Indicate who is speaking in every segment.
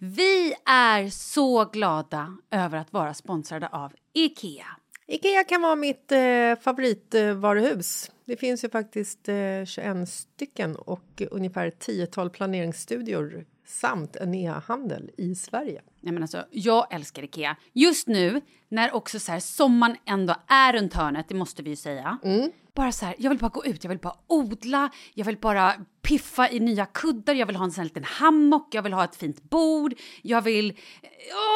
Speaker 1: Vi är så glada över att vara sponsrade av Ikea.
Speaker 2: Ikea kan vara mitt eh, favoritvaruhus. Det finns ju faktiskt eh, 21 stycken och ungefär ett tiotal planeringsstudior samt en e-handel i Sverige.
Speaker 1: Nej, men alltså, jag älskar Ikea. Just nu, när också så här, sommaren ändå är runt hörnet, det måste vi ju säga.
Speaker 2: Mm.
Speaker 1: Bara så här, jag vill bara gå ut, jag vill bara odla, jag vill bara piffa i nya kuddar, jag vill ha en sån här liten hammock, jag vill ha ett fint bord, jag vill...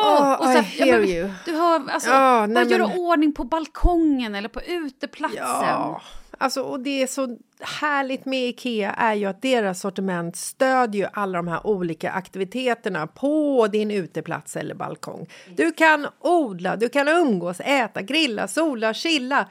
Speaker 1: Åh!
Speaker 2: Oh,
Speaker 1: så
Speaker 2: I
Speaker 1: jag
Speaker 2: hear
Speaker 1: bara-
Speaker 2: you.
Speaker 1: Du hör, alltså,
Speaker 2: Ja,
Speaker 1: bara
Speaker 2: nej,
Speaker 1: göra
Speaker 2: men-
Speaker 1: ordning på balkongen eller på uteplatsen.
Speaker 2: Ja, alltså, och det är så härligt med Ikea är ju att deras sortiment stödjer ju alla de här olika aktiviteterna på din uteplats eller balkong. Du kan odla, du kan umgås, äta, grilla, sola, chilla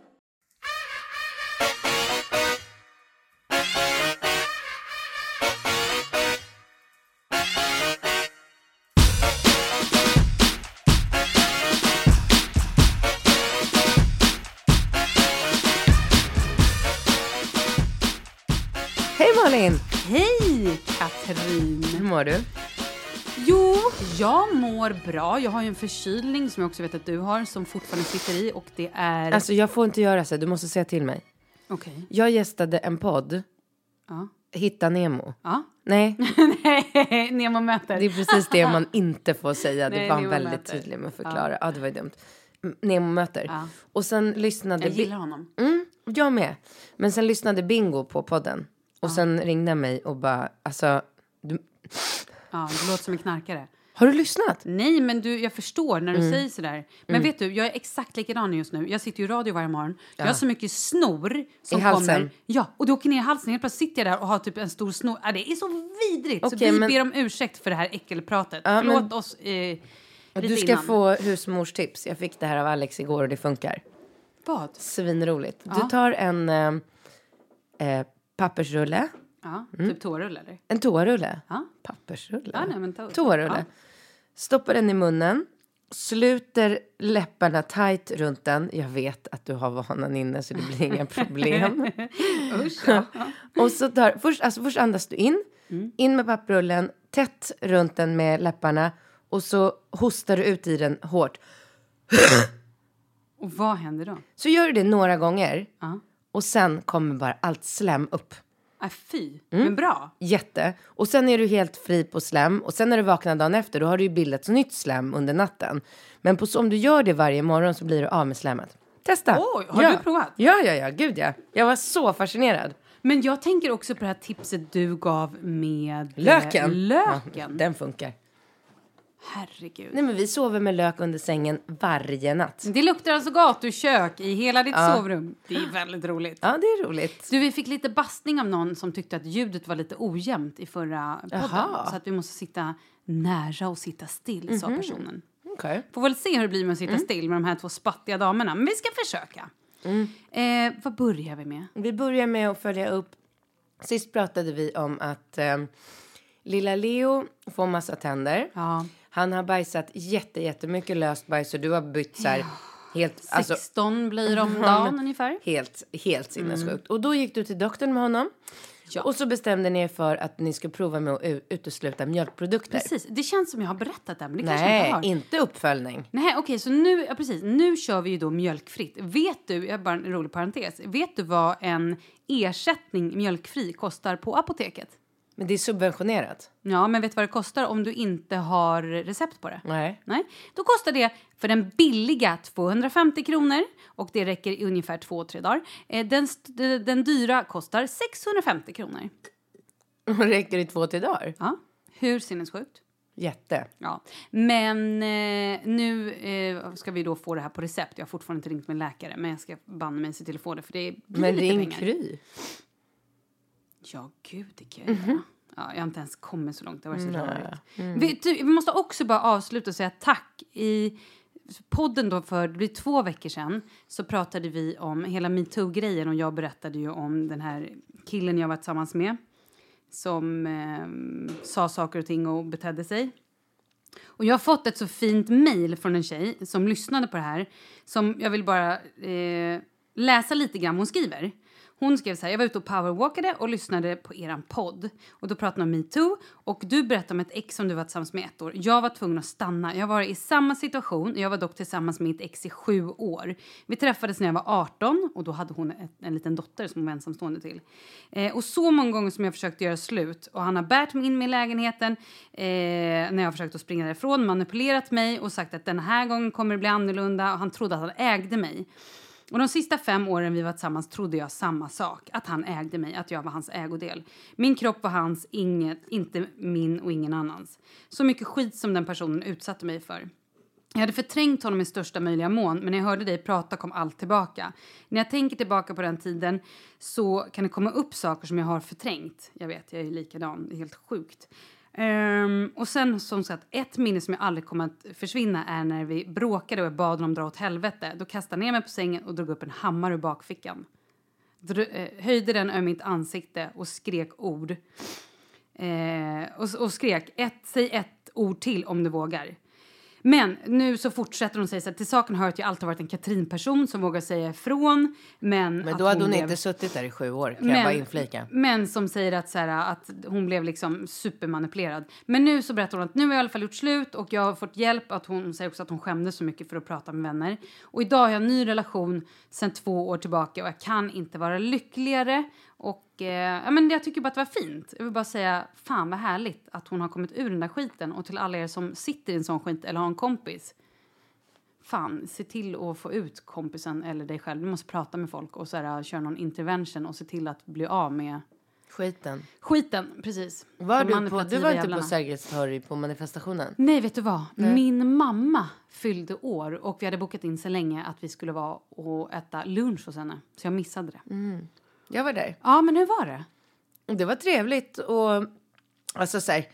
Speaker 3: Hej Malin!
Speaker 1: Hej Katrin!
Speaker 3: Hur mår du?
Speaker 1: Jo, jag mår bra. Jag har ju en förkylning som jag också vet att du har som fortfarande sitter i och det är...
Speaker 3: Alltså jag får inte göra så, här, du måste säga till mig.
Speaker 1: Okej.
Speaker 3: Jag gästade en podd,
Speaker 1: Ja.
Speaker 3: Hitta Nemo.
Speaker 1: Ja.
Speaker 3: Nej,
Speaker 1: Nej, Nemo möter.
Speaker 3: det är precis det man inte får säga. Det
Speaker 1: Nej,
Speaker 3: var han
Speaker 1: Nemo
Speaker 3: väldigt
Speaker 1: möter.
Speaker 3: tydlig med att förklara. Ja. det var ju dumt. M- Nemo möter.
Speaker 1: Ja.
Speaker 3: Och sen lyssnade...
Speaker 1: jag
Speaker 3: Bi-
Speaker 1: gillar honom.
Speaker 3: Mm, jag med. Men sen lyssnade Bingo på podden. Och sen ringde han mig och bara, alltså... Du,
Speaker 1: Ja, du låter som en knarkare.
Speaker 3: har du lyssnat?
Speaker 1: Nej, men du, jag förstår när du
Speaker 3: Mm.
Speaker 1: säger sådär. Men vet du, jag är exakt likadan just nu. Jag sitter ju i radio varje morgon. Jag har så mycket snor som
Speaker 3: I halsen?
Speaker 1: kommer. Ja, och det åker ner i halsen. Helt plötsligt sitter jag där och har typ en stor snor. Ja, det är så vidrigt. så
Speaker 3: Okej,
Speaker 1: vi
Speaker 3: men-
Speaker 1: ber om ursäkt för det här äckelpratet.
Speaker 3: Ja,
Speaker 1: Förlåt
Speaker 3: men-
Speaker 1: oss eh, lite
Speaker 3: Du ska
Speaker 1: innan.
Speaker 3: få husmorstips. Jag fick det här av Alex igår och det funkar.
Speaker 1: Vad?
Speaker 3: Svinroligt. Du tar en eh, eh, pappersrulle,
Speaker 1: Ja,
Speaker 3: Mm.
Speaker 1: Typ tårull, eller?
Speaker 3: en toarulle.
Speaker 1: Ja.
Speaker 3: Pappersrulle?
Speaker 1: Ja, nej, men ta-
Speaker 3: toarulle. Stoppar den i munnen, sluter läpparna tajt runt den. Jag vet att du har vanan inne så det blir inga problem.
Speaker 1: Usch, ja. Mm.
Speaker 3: Och så tar, först, alltså först andas du in, in med papprullen, tätt runt den med läpparna och så hostar du ut i den hårt.
Speaker 1: Och vad händer då?
Speaker 3: Så gör du det några gånger
Speaker 1: Ja.
Speaker 3: och sen kommer bara allt slem upp.
Speaker 1: Ah, fy,
Speaker 3: Mm.
Speaker 1: men bra.
Speaker 3: Jätte. Och sen är du helt fri på slem. Och sen när du vaknar dagen efter, då har du ju bildat nytt slem under natten. Men på, så- om du gör det varje morgon så blir du av med slemmet. Testa!
Speaker 1: Oj, har
Speaker 3: ja.
Speaker 1: du provat?
Speaker 3: Ja, ja, ja. Gud, ja. Jag var så fascinerad.
Speaker 1: Men jag tänker också på det här tipset du gav med eh,
Speaker 3: Löken! Ja,
Speaker 1: löken.
Speaker 3: den funkar.
Speaker 1: Herregud.
Speaker 3: Nej, men vi sover med lök under sängen varje natt.
Speaker 1: Det luktar alltså gatukök i hela ditt sovrum. Det är väldigt roligt.
Speaker 3: Ja, det är roligt.
Speaker 1: Du, vi fick lite bastning av någon som tyckte att ljudet var lite ojämnt i förra podden.
Speaker 3: Jaha.
Speaker 1: Så att vi måste sitta nära och sitta still, sa personen.
Speaker 3: Okej.
Speaker 1: Får väl se hur det blir med att sitta still med de här två spattiga damerna. Men vi ska försöka. Eh, vad börjar vi med?
Speaker 3: Vi börjar med att följa upp. Sist pratade vi om att eh, lilla Leo får massa tänder.
Speaker 1: Ja.
Speaker 3: Han har bajsat jätte, jättemycket löst bajs och du har bytt så här helt, alltså,
Speaker 1: 16 blir det om dagen ungefär.
Speaker 3: helt, helt sinnessjukt.
Speaker 1: Mm.
Speaker 3: Och då gick du till doktorn med honom. Och så bestämde ni er för att ni skulle prova med att u- utesluta mjölkprodukter.
Speaker 1: Precis. Det känns som jag har berättat det, här, men det kanske jag
Speaker 3: Nej,
Speaker 1: inte har.
Speaker 3: inte uppföljning.
Speaker 1: Nej, okej, så nu, ja, precis, nu kör vi ju då mjölkfritt. Vet du, jag har bara en rolig parentes, vet du vad en ersättning mjölkfri kostar på apoteket?
Speaker 3: Men det är subventionerat.
Speaker 1: Ja, men vet du vad det kostar om du inte har recept på det?
Speaker 3: Nej.
Speaker 1: Nej. Då kostar det för den billiga 250 kronor och det räcker i ungefär två, tre dagar. Eh, Den, st- den dyra kostar 650 kronor.
Speaker 3: Räcker det två till dagar?
Speaker 1: Ja, hur sinnessjukt?
Speaker 3: Jätte.
Speaker 1: Ja. Men eh, nu eh, ska vi då få det här på recept. Jag har fortfarande inte ringt min läkare, men jag ska banne mig se till att få det. För det blir
Speaker 3: Men
Speaker 1: lite
Speaker 3: ring
Speaker 1: pengar.
Speaker 3: Kry.
Speaker 1: Ja, gud, det kan jag
Speaker 3: Mhm.
Speaker 1: göra. Ja, jag har inte ens kommit så långt. Det var så
Speaker 3: Mm.
Speaker 1: rörigt. Vi, ty- vi måste också bara avsluta och säga tack. I podden då för det blir två veckor sedan så pratade vi om hela metoo-grejen och jag berättade ju om den här killen jag var tillsammans med som eh, sa saker och ting och betedde sig. Och jag har fått ett så fint mejl från en tjej som lyssnade på det här. Som Jag vill bara eh, läsa lite grann vad hon skriver. Hon skrev så här, jag var ute och powerwalkade och lyssnade på eran podd. Och då pratade ni om metoo och du berättade om ett ex som du var tillsammans med ett år. Jag var tvungen att stanna. Jag var i samma situation. Jag var dock tillsammans med mitt ex i sju år. Vi träffades när jag var 18 och då hade hon ett, en liten dotter som hon var ensamstående till. Eh, och så många gånger som jag försökte göra slut och han har bärt mig in mig i lägenheten eh, när jag har försökt att springa därifrån, manipulerat mig och sagt att den här gången kommer det bli annorlunda och han trodde att han ägde mig. Och de sista fem åren vi var tillsammans trodde jag samma sak. Att han ägde mig, att jag var hans ägodel. Min kropp var hans, inget, inte min och ingen annans. Så mycket skit som den personen utsatte mig för. Jag hade förträngt honom i största möjliga mån, men när jag hörde dig prata kom allt tillbaka. När jag tänker tillbaka på den tiden så kan det komma upp saker som jag har förträngt. Jag vet, jag är likadan. Det är helt sjukt. Ehm, och sen som sagt, ett minne som jag aldrig kommer att försvinna är när vi bråkade och jag bad honom dra åt helvete. Då kastade han ner mig på sängen och drog upp en hammare ur bakfickan. Dr- eh, höjde den över mitt ansikte och skrek ord. Eh, och, och skrek ett, säg ett ord till om du vågar. Men nu så fortsätter hon säga så här, till saken hör att jag alltid har varit en Katrin-person som vågar säga ifrån. Men,
Speaker 3: Men
Speaker 1: att
Speaker 3: då hade hon
Speaker 1: blev-
Speaker 3: inte suttit där i sju år, kan jag bara inflika.
Speaker 1: men som säger att, så här, att hon blev liksom supermanipulerad. Men nu så berättar hon att nu har jag i alla fall gjort slut och jag har fått hjälp. Att hon hon säger också att hon skämdes så mycket för att prata med vänner. Och idag har jag en ny relation sedan två år tillbaka och jag kan inte vara lyckligare. Och eh, ja, men jag tycker bara att det var fint. Jag vill bara säga fan vad härligt att hon har kommit ur den där skiten. Och till alla er som sitter i en sån skit eller har en kompis. Fan, se till att få ut kompisen eller dig själv. Du måste prata med folk och så här, köra någon intervention och se till att bli av med
Speaker 3: Skiten.
Speaker 1: Skiten, precis. De
Speaker 3: Var du, på, du
Speaker 1: manipulativa
Speaker 3: var inte på
Speaker 1: jävlarna.
Speaker 3: Sergels torg på manifestationen?
Speaker 1: Nej, vet du vad? Min mamma fyllde år och vi hade bokat in så länge att vi skulle vara och äta lunch hos henne. Så jag missade det.
Speaker 3: Jag var där.
Speaker 1: Ja, men hur var det?
Speaker 3: Det var trevligt och alltså så här,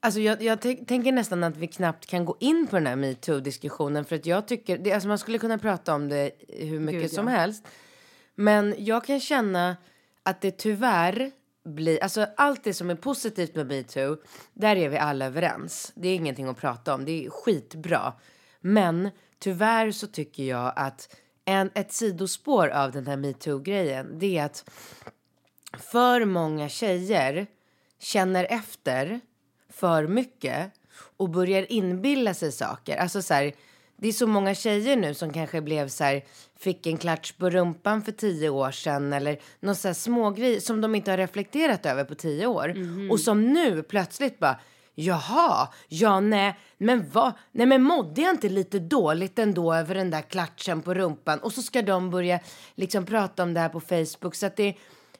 Speaker 3: Alltså jag, jag tänk- tänker nästan att vi knappt kan gå in på den här metoo-diskussionen för att jag tycker, det, alltså man skulle kunna prata om det hur mycket
Speaker 1: Gud, ja.
Speaker 3: som helst. Men jag kan känna att det tyvärr blir, alltså allt det som är positivt med metoo, där är vi alla överens. Det är ingenting att prata om, det är skitbra. Men tyvärr så tycker jag att en, ett sidospår av den här metoo-grejen, det är att för många tjejer känner efter för mycket och börjar inbilla sig saker. Alltså så här, det är så många tjejer nu som kanske blev så här, fick en klatsch på rumpan för tio år sedan eller någon så här smågrej som de inte har reflekterat över på tio år. Och som nu plötsligt bara, jaha, ja nej, men vad, nej men mådde jag inte lite dåligt ändå över den där klatschen på rumpan? Och så ska de börja liksom prata om det här på Facebook så att det,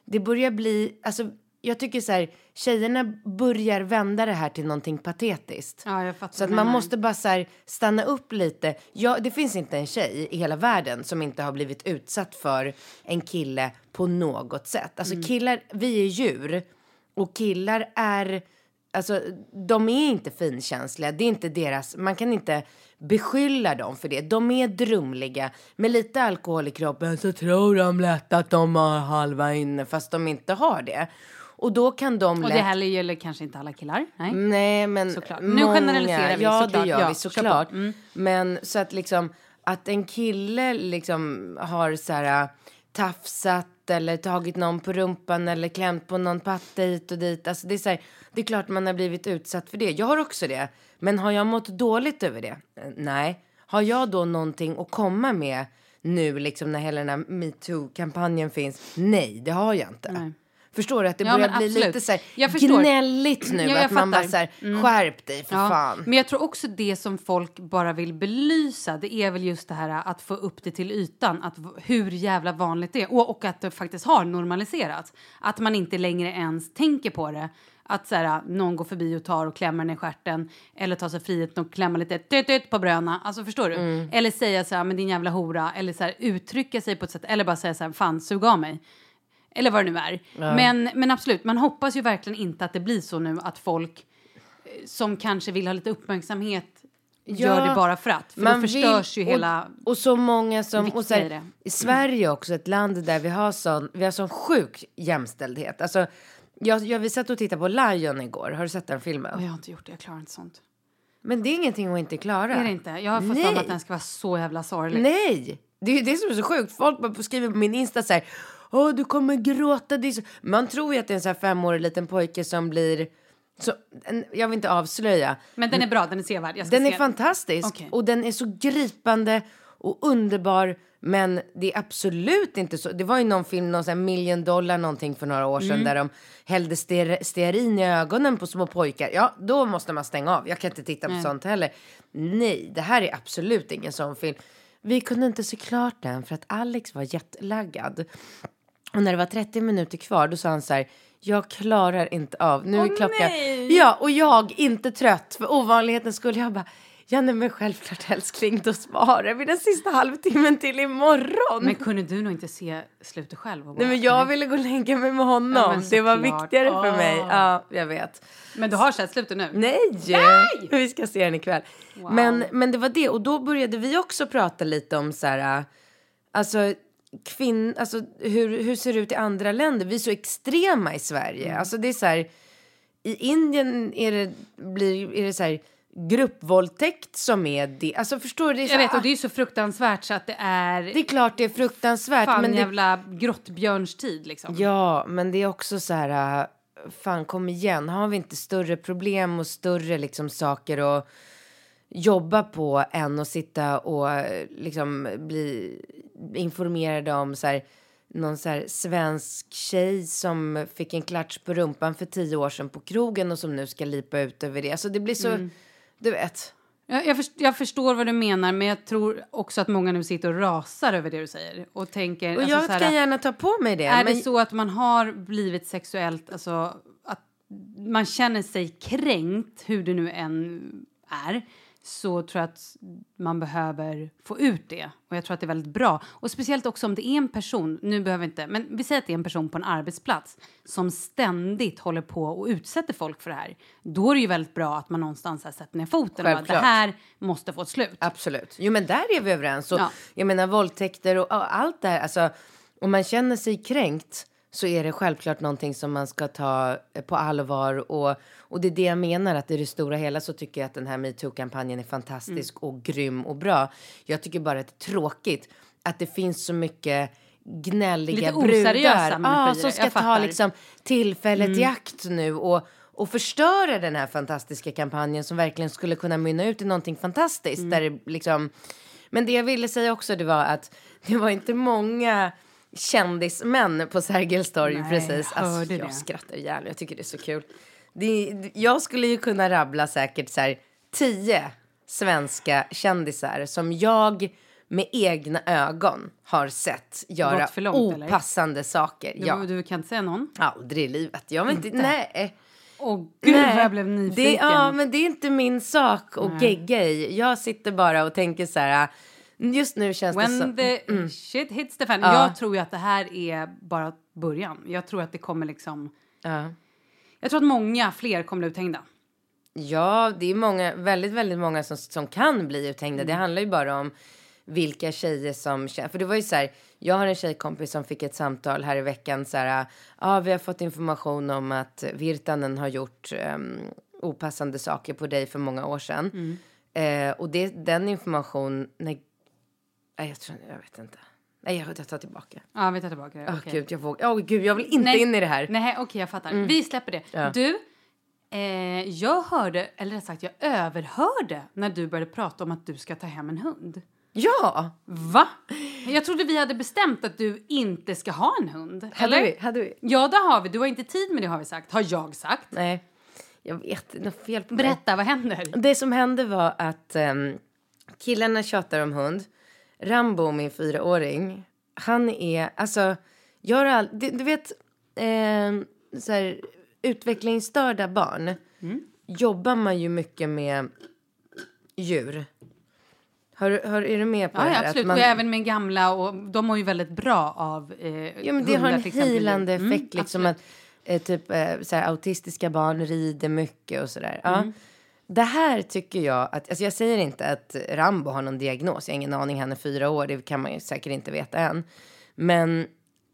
Speaker 3: det börjar bli, alltså jag tycker så här, tjejerna börjar vända det här till någonting patetiskt.
Speaker 1: Ja, jag fattar
Speaker 3: Så
Speaker 1: vad
Speaker 3: att
Speaker 1: du
Speaker 3: man
Speaker 1: menar.
Speaker 3: måste bara så här, stanna upp lite. Ja, det finns inte en tjej i hela världen som inte har blivit utsatt för en kille på något sätt. Alltså
Speaker 1: Mm.
Speaker 3: killar, vi är djur och killar är, alltså de är inte finkänsliga. Det är inte deras, man kan inte beskylla dem för det. De är drumliga. Med lite alkohol i kroppen så tror de lätt att de har halva inne fast de inte har det. Och då kan de
Speaker 1: Och
Speaker 3: lätt...
Speaker 1: det här gäller kanske inte alla killar. Nej.
Speaker 3: Nej, men
Speaker 1: Såklart. Nu
Speaker 3: många.
Speaker 1: generaliserar vi,
Speaker 3: Ja,
Speaker 1: såklart.
Speaker 3: det gör
Speaker 1: Ja,
Speaker 3: vi
Speaker 1: kör på. Mm.
Speaker 3: såklart. Men så att liksom att en kille liksom har så här tafsat eller tagit någon på rumpan eller klämt på någon patte hit och dit. Alltså det är så här, det är klart man har blivit utsatt för det. Jag har också det. Men har jag mått dåligt över det? Eh, Nej. Har jag då någonting att komma med nu liksom när hela den här metoo-kampanjen finns? Nej, det har jag inte. Förstår du att det
Speaker 1: Ja,
Speaker 3: börjar
Speaker 1: men
Speaker 3: bli
Speaker 1: absolut.
Speaker 3: lite så här
Speaker 1: Jag förstår.
Speaker 3: gnälligt nu
Speaker 1: Ja, jag
Speaker 3: att man bara
Speaker 1: fattar. Mm.
Speaker 3: så här, skärp dig för
Speaker 1: Ja,
Speaker 3: fan.
Speaker 1: Men jag tror också det som folk bara vill belysa det är väl just det här att få upp det till ytan, att v- hur jävla vanligt det är och, och att det faktiskt har normaliserats. Att man inte längre ens tänker på det. Att så här, någon går förbi och tar och klämmer en i stjärten eller tar sig friheten och klämmer lite tut, tut på bröna. Alltså förstår du?
Speaker 3: Mm.
Speaker 1: Eller säga så här, men din jävla hora. Eller så här, uttrycka sig på ett sätt. Eller bara säga så här, fan sug av mig. Eller vad det nu är. Men, men absolut, man hoppas ju verkligen inte att det blir så nu att folk som kanske vill ha lite uppmärksamhet gör
Speaker 3: Ja,
Speaker 1: det bara för att. För då förstörs ju
Speaker 3: och,
Speaker 1: hela...
Speaker 3: Och så många som... Och så
Speaker 1: viktiga i det.
Speaker 3: här, i Sverige är också ett land där vi har sån, vi har sån sjuk jämställdhet. Alltså, jag, jag, vi satt och tittade på Lion igår. Har du sett den filmen?
Speaker 1: Och jag har inte gjort det, jag klarar inte sånt.
Speaker 3: Men det är ingenting att inte klara.
Speaker 1: Är det inte? Jag har fått för mig att den ska vara så jävla sorglig.
Speaker 3: Nej! Det är ju det som är så sjukt. Folk bara skriver på min Insta så här. Åh, du kommer gråta. Det är så... Man tror ju att det är en så här femårig liten pojke som blir... Så, en- jag vill inte avslöja.
Speaker 1: Men den är bra, den är sevärd. Jag ska
Speaker 3: Den är
Speaker 1: se.
Speaker 3: fantastisk
Speaker 1: Okej.
Speaker 3: och den är så gripande och underbar. Men det är absolut inte så. Det var ju någon film, någon sån här million dollar någonting för några år sedan
Speaker 1: Mm.
Speaker 3: där de hällde stear- stearin i ögonen på små pojkar. Ja, då måste man stänga av. Jag kan inte titta på sånt heller. Nej, det här är absolut ingen sån film. Vi kunde inte se klart den för att Alex var jetlaggad. Och när det var 30 minuter kvar då sa han så här. Jag klarar inte av, nu är klockan... Ja, och jag, inte trött, för ovanligheten skulle jag bara... Ja, nej, men självklart älskling, då sparar vi den sista halvtimmen till imorgon.
Speaker 1: Men kunde du nog inte se slutet själv? och bara-
Speaker 3: nej, men jag ville gå och lägga mig med honom.
Speaker 1: Ja, men
Speaker 3: det var
Speaker 1: såklart. Ah.
Speaker 3: viktigare för
Speaker 1: Åh.
Speaker 3: mig. Ja, jag vet.
Speaker 1: men du har sett slutet nu?
Speaker 3: Nej! Vi ska se den ikväll. Men, men det var det, och då började vi också prata lite om så här... äh, Alltså, kvinn, alltså hur, hur ser det ut i andra länder? Vi är så extrema i Sverige.
Speaker 1: Mm.
Speaker 3: Alltså det är så här... I Indien är det, blir, är det så här gruppvåldtäkt som är det. Alltså förstår du? Det är, så,
Speaker 1: Jag vet, och det är ju så fruktansvärt så att det är...
Speaker 3: det är klart det är fruktansvärt.
Speaker 1: fan
Speaker 3: men det,
Speaker 1: jävla grottbjörnstid liksom.
Speaker 3: Ja, men det är också så här... äh, Fan, kom igen. Har vi inte större problem och större liksom, saker att jobba på än att sitta och äh, liksom, bli informerade om så här, någon så här, svensk tjej som fick en klatsch på rumpan för tio år sedan på krogen och som nu ska lipa ut över det. Alltså, det blir så...
Speaker 1: Mm.
Speaker 3: Du vet.
Speaker 1: Jag, jag, först, jag förstår vad du menar, men jag tror också att många nu sitter och rasar över det du säger. Och tänker...
Speaker 3: Och
Speaker 1: alltså,
Speaker 3: jag
Speaker 1: så här-
Speaker 3: kan gärna ta på mig det.
Speaker 1: Är
Speaker 3: men...
Speaker 1: det så att man har blivit sexuellt, alltså att man känner sig kränkt, hur det nu än är, så tror jag att man behöver få ut det. Och jag tror att det är väldigt bra. Och speciellt också om det är en person, nu behöver inte, men vi säger att det är en person på en arbetsplats som ständigt håller på och utsätter folk för det här. Då är det ju väldigt bra att man någonstans har sätter ner foten och bara, det
Speaker 3: Självklart.
Speaker 1: här måste få ett slut.
Speaker 3: Absolut. Jo, men där är vi överens. Och
Speaker 1: Ja.
Speaker 3: Jag menar våldtäkter och, och allt det här. Alltså, om man känner sig kränkt så är det självklart någonting som man ska ta eh, på allvar. Och, och det är det jag menar, att i det stora hela så tycker jag att den här metoo-kampanjen är fantastisk
Speaker 1: Mm.
Speaker 3: och grym och bra. Jag tycker bara att det är tråkigt att det finns så mycket gnälliga
Speaker 1: Lite
Speaker 3: brudar
Speaker 1: oseriösa människor
Speaker 3: ah,
Speaker 1: i det.
Speaker 3: som ska
Speaker 1: Jag
Speaker 3: ta
Speaker 1: fattar.
Speaker 3: liksom, tillfället i akt nu och, och förstöra den här fantastiska kampanjen som verkligen skulle kunna mynna ut i någonting fantastiskt.
Speaker 1: Mm.
Speaker 3: Där det liksom... Men det jag ville säga också det var att det var inte många kändismän på Sergels torg precis. Alltså, jag skrattar ihjäl mig. jag tycker det är så kul. Det, jag skulle ju kunna rabbla säkert så här tio svenska kändisar som jag med egna ögon har sett göra
Speaker 1: Gått för långt, eller?
Speaker 3: opassande saker.
Speaker 1: Du,
Speaker 3: ja.
Speaker 1: du kan inte säga någon?
Speaker 3: Aldrig i livet. Jag vill inte, nej.
Speaker 1: Åh gud
Speaker 3: nej.
Speaker 1: vad jag blev nyfiken.
Speaker 3: Det, ja, men det är inte min sak att gegga i. Jag sitter bara och tänker så här, "Ah, just nu känns det
Speaker 1: When
Speaker 3: som...
Speaker 1: the shit hits the fan.
Speaker 3: Ja.
Speaker 1: Jag tror ju att det här är bara början. Jag tror att det kommer liksom...
Speaker 3: Ja.
Speaker 1: Jag tror att många fler kommer bli uthängda.
Speaker 3: Ja, det är många, väldigt, väldigt många som, som kan bli uthängda.
Speaker 1: Mm.
Speaker 3: Det handlar ju bara om vilka tjejer som känner... För det var ju så här, jag har en tjejkompis som fick ett samtal här i veckan så här, ja, vi har fått information om att Virtanen har gjort ehm, opassande saker på dig för många år sedan.
Speaker 1: Mm.
Speaker 3: Eh, och det, den information, nej, nej jag tror, jag vet inte. Nej, jag, jag tar tillbaka.
Speaker 1: Ja, vi tar tillbaka det.
Speaker 3: Åh
Speaker 1: Okej.
Speaker 3: gud, jag vågar, åh gud, jag vill inte in i det här.
Speaker 1: Nej, okej, jag fattar. Vi släpper det.
Speaker 3: Ja.
Speaker 1: Du, eh, jag hörde, eller rätt sagt, jag överhörde när du började prata om att du ska ta hem en hund.
Speaker 3: Ja!
Speaker 1: Va? Jag trodde vi hade bestämt att du inte ska ha en hund.
Speaker 3: Hade vi, hade vi.
Speaker 1: Ja, det har vi. Du har inte tid med det har vi sagt. Har jag sagt.
Speaker 3: Nej, jag vet, det är något fel på mig.
Speaker 1: Berätta, vad händer?
Speaker 3: Det som hände var att ehm, killarna tjatar om hund. Rambo, min fyraåring, han är... Alltså, jag har all, du, du vet, ehm, så här, utvecklingsstörda barn
Speaker 1: Mm.
Speaker 3: jobbar man ju mycket med djur. Hör, hör, är du med på
Speaker 1: Ja,
Speaker 3: det
Speaker 1: ja
Speaker 3: här? Att
Speaker 1: absolut.
Speaker 3: man-
Speaker 1: Och även med gamla. Och de mår ju väldigt bra av eh,
Speaker 3: Ja, men det har
Speaker 1: hundar,
Speaker 3: en
Speaker 1: till exempel.
Speaker 3: healande
Speaker 1: Mm,
Speaker 3: effekt. liksom
Speaker 1: absolut.
Speaker 3: att, eh, typ, eh, så här, autistiska barn rider mycket och sådär. Ja.
Speaker 1: Mm.
Speaker 3: Det här tycker jag att... Alltså jag säger inte att Rambo har någon diagnos. Jag har ingen aning. Han är fyra år. Det kan man ju säkert inte veta än. Men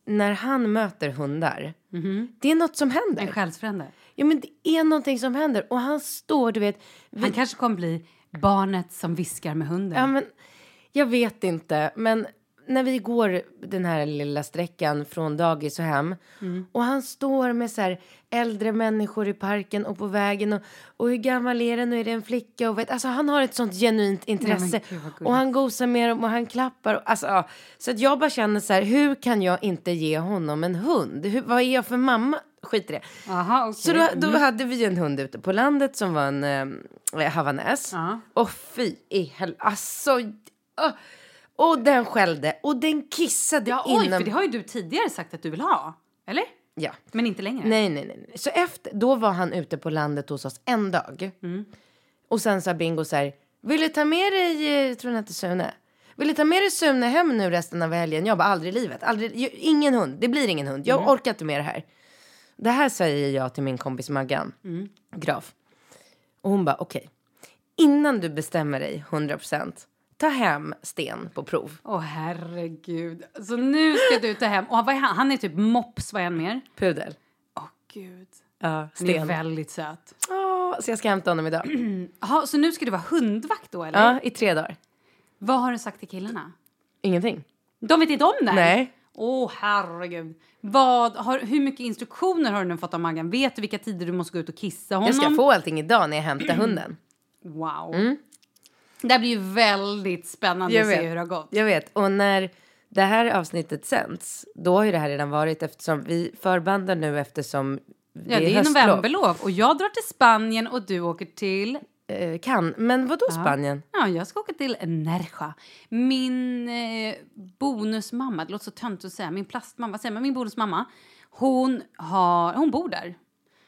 Speaker 3: när han möter hundar,
Speaker 1: Mm-hmm.
Speaker 3: det är något som
Speaker 1: En
Speaker 3: händer.
Speaker 1: själsfrände.
Speaker 3: Ja, men det är någonting som händer. Och han står, du vet...
Speaker 1: Han kanske kommer bli barnet som viskar med hunden.
Speaker 3: Ja, men, jag vet inte, men när vi går den här lilla sträckan från dagis och hem
Speaker 1: Mm.
Speaker 3: och han står med så här äldre människor i parken och på vägen och, och hur gammal är den och är det en flicka och vet, alltså han har ett sånt genuint intresse
Speaker 1: gud, vad gulligt.
Speaker 3: och han gosar med dem och han klappar och, alltså, ja. så att jag bara känner så här hur kan jag inte ge honom en hund? Hur, vad är jag för mamma? Skit i det.
Speaker 1: Aha, okej. Mm.
Speaker 3: Så då, då hade vi en hund ute på landet som var en eh, havanäs.
Speaker 1: Ja.
Speaker 3: Och fy i helvete. Alltså, ö. och den skällde och den kissade
Speaker 1: Ja, oj,
Speaker 3: innan...
Speaker 1: för det har ju du tidigare sagt att du vill ha. Eller?
Speaker 3: ja.
Speaker 1: Men inte längre.
Speaker 3: Nej, nej, nej. nej. Så efter, då var han ute på landet hos oss en dag. Och sen sa Bingo så här, vill du ta med dig, eh, jag tror han hette Sune. Vill du ta med dig Sune hem nu resten av helgen? Jag bara, aldrig i livet. Aldrig, ju- ingen hund, det blir ingen hund. Jag orkar inte med det här. Det här säger jag till min kompis Maggan Graf. Och hon bara, okej. Innan du bestämmer dig 100%, ta hem Sten på prov.
Speaker 1: Åh herregud. Så nu ska du ta hem... Åh, vad är han? han är typ mops, vad är han mer?
Speaker 3: Pudel.
Speaker 1: Åh gud.
Speaker 3: Ja,
Speaker 1: Han är
Speaker 3: Sten.
Speaker 1: väldigt söt.
Speaker 3: Åh, så jag ska hämta honom idag.
Speaker 1: Jaha, så nu ska du vara hundvakt då eller?
Speaker 3: Ja, i tre dagar.
Speaker 1: Vad har du sagt till killarna?
Speaker 3: Ingenting.
Speaker 1: De vet inte om det? här?
Speaker 3: Nej.
Speaker 1: Åh herregud. Vad, har, hur mycket instruktioner har du nu fått av Maggan? Vet du vilka tider du måste gå ut och kissa honom?
Speaker 3: Jag ska få allting idag när jag hämtar hunden.
Speaker 1: Wow. Det här blir ju väldigt spännande att se hur det har gått.
Speaker 3: Jag vet. Och när det här avsnittet sänds, då har ju det här redan varit eftersom vi förbandar nu eftersom
Speaker 1: Ja, det är,
Speaker 3: höstlov.
Speaker 1: novemberlov och jag drar till Spanien och du åker till...
Speaker 3: Eh, kan. Men vadå Spanien?
Speaker 1: Ja, jag ska åka till Nerja. Min eh, bonusmamma, det låter så töntigt att säga, min plastmamma, vad säger man, min bonusmamma, hon, har, hon bor där.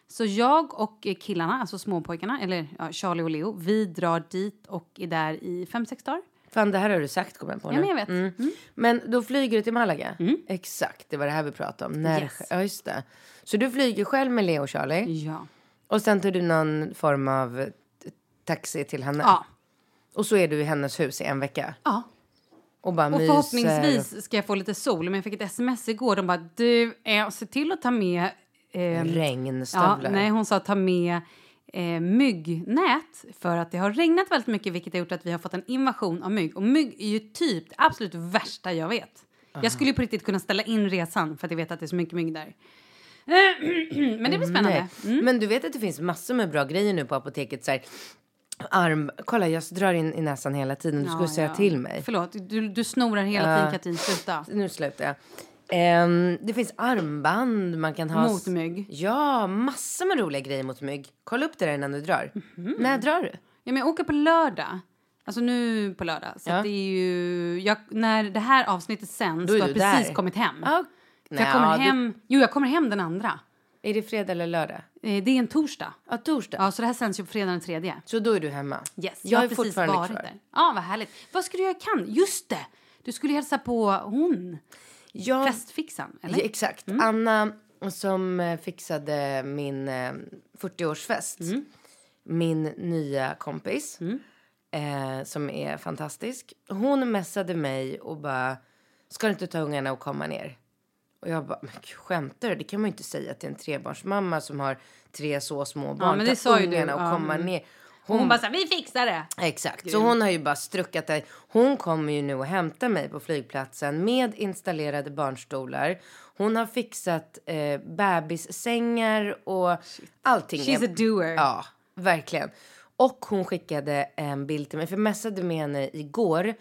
Speaker 1: Så jag och eh, killarna, alltså småpojkarna, eller ja, Charlie och Leo, vi drar dit och är där i fem, sex dagar.
Speaker 3: Fan, det här har du sagt kom jag på
Speaker 1: Ja,
Speaker 3: nu.
Speaker 1: men jag vet. Mm.
Speaker 3: Mm. Men då flyger du till Malaga? Exakt, det var det här vi pratade om. När,
Speaker 1: Yes.
Speaker 3: Ja, just det. Så du flyger själv med Leo och Charlie
Speaker 1: Ja.
Speaker 3: och sen tar du någon form av eh, taxi till henne.
Speaker 1: Ja.
Speaker 3: Och så är du i hennes hus i en vecka
Speaker 1: ja.
Speaker 3: och bara
Speaker 1: Och
Speaker 3: myser.
Speaker 1: förhoppningsvis ska jag få lite sol, men jag fick ett sms igår. De bara, du, eh, se till att ta med... ehm, Ja,
Speaker 3: Regnstövlar.
Speaker 1: nej, hon sa ta med eh, myggnät för att det har regnat väldigt mycket vilket har gjort att vi har fått en invasion av mygg. Och mygg är ju typ det absolut värsta jag vet. Jag skulle ju på riktigt kunna ställa in resan för att jag vet att det är så mycket mygg där. Men det blir spännande. Mm.
Speaker 3: Nej. Men du vet att det finns massor med bra grejer nu på apoteket. Så här, arm... Kolla, jag drar in i näsan hela tiden. Du skulle
Speaker 1: Ja,
Speaker 3: säga
Speaker 1: ja.
Speaker 3: till mig.
Speaker 1: Förlåt, du, du snorar hela tiden Katrin, sluta.
Speaker 3: Nu slutar jag. Ehm, det finns armband man kan ha.
Speaker 1: Mot mygg.
Speaker 3: Ja, massor med roliga grejer mot mygg. Kolla upp det där innan du drar.
Speaker 1: Mhm.
Speaker 3: När drar du?
Speaker 1: Ja, men jag åker på lördag. Alltså nu på lördag. Så
Speaker 3: Ja.
Speaker 1: att det är ju, jag, när det här avsnittet sänds, då
Speaker 3: Då är
Speaker 1: har jag
Speaker 3: du där.
Speaker 1: precis kommit hem.
Speaker 3: Ja.
Speaker 1: För jag
Speaker 3: Nej,
Speaker 1: kommer
Speaker 3: ja, du-
Speaker 1: hem, jo jag kommer hem den andra.
Speaker 3: Är det fredag eller lördag?
Speaker 1: Eh, Det är en torsdag.
Speaker 3: Ja, torsdag.
Speaker 1: Ja, så det här sänds ju på fredag den tredje.
Speaker 3: Så då är du hemma?
Speaker 1: Yes,
Speaker 3: jag
Speaker 1: har
Speaker 3: är
Speaker 1: precis
Speaker 3: fortfarande
Speaker 1: varit
Speaker 3: kvar.
Speaker 1: där. Ja, vad härligt. Vad ska du göra i Cannes? Just det! Du skulle hälsa på hon,
Speaker 3: Ja,
Speaker 1: festfixaren, eller? Mm.
Speaker 3: ja, exakt. Anna som eh, fixade min eh, 40-årsfest.
Speaker 1: Mm.
Speaker 3: Min nya kompis. Eh, som är fantastisk. Hon messade mig och bara, ska du inte ta ungarna och komma ner? Och jag bara, men gud, skämtar du? Det kan man ju inte säga till en trebarnsmamma som har tre så små barn.
Speaker 1: men
Speaker 3: ta
Speaker 1: det sa ju du.
Speaker 3: ungarna och
Speaker 1: Ja,
Speaker 3: komma
Speaker 1: mm.
Speaker 3: ner.
Speaker 1: Hon, bara så här, vi fixar det!
Speaker 3: Exakt, så hon har ju bara struckat det. Hon kommer ju nu och hämtar mig på flygplatsen med installerade barnstolar. Hon har fixat eh, bebissängar och allting.
Speaker 1: She's a doer.
Speaker 3: Ja, verkligen. Och hon skickade en bild till mig, för jag messade med henne igår.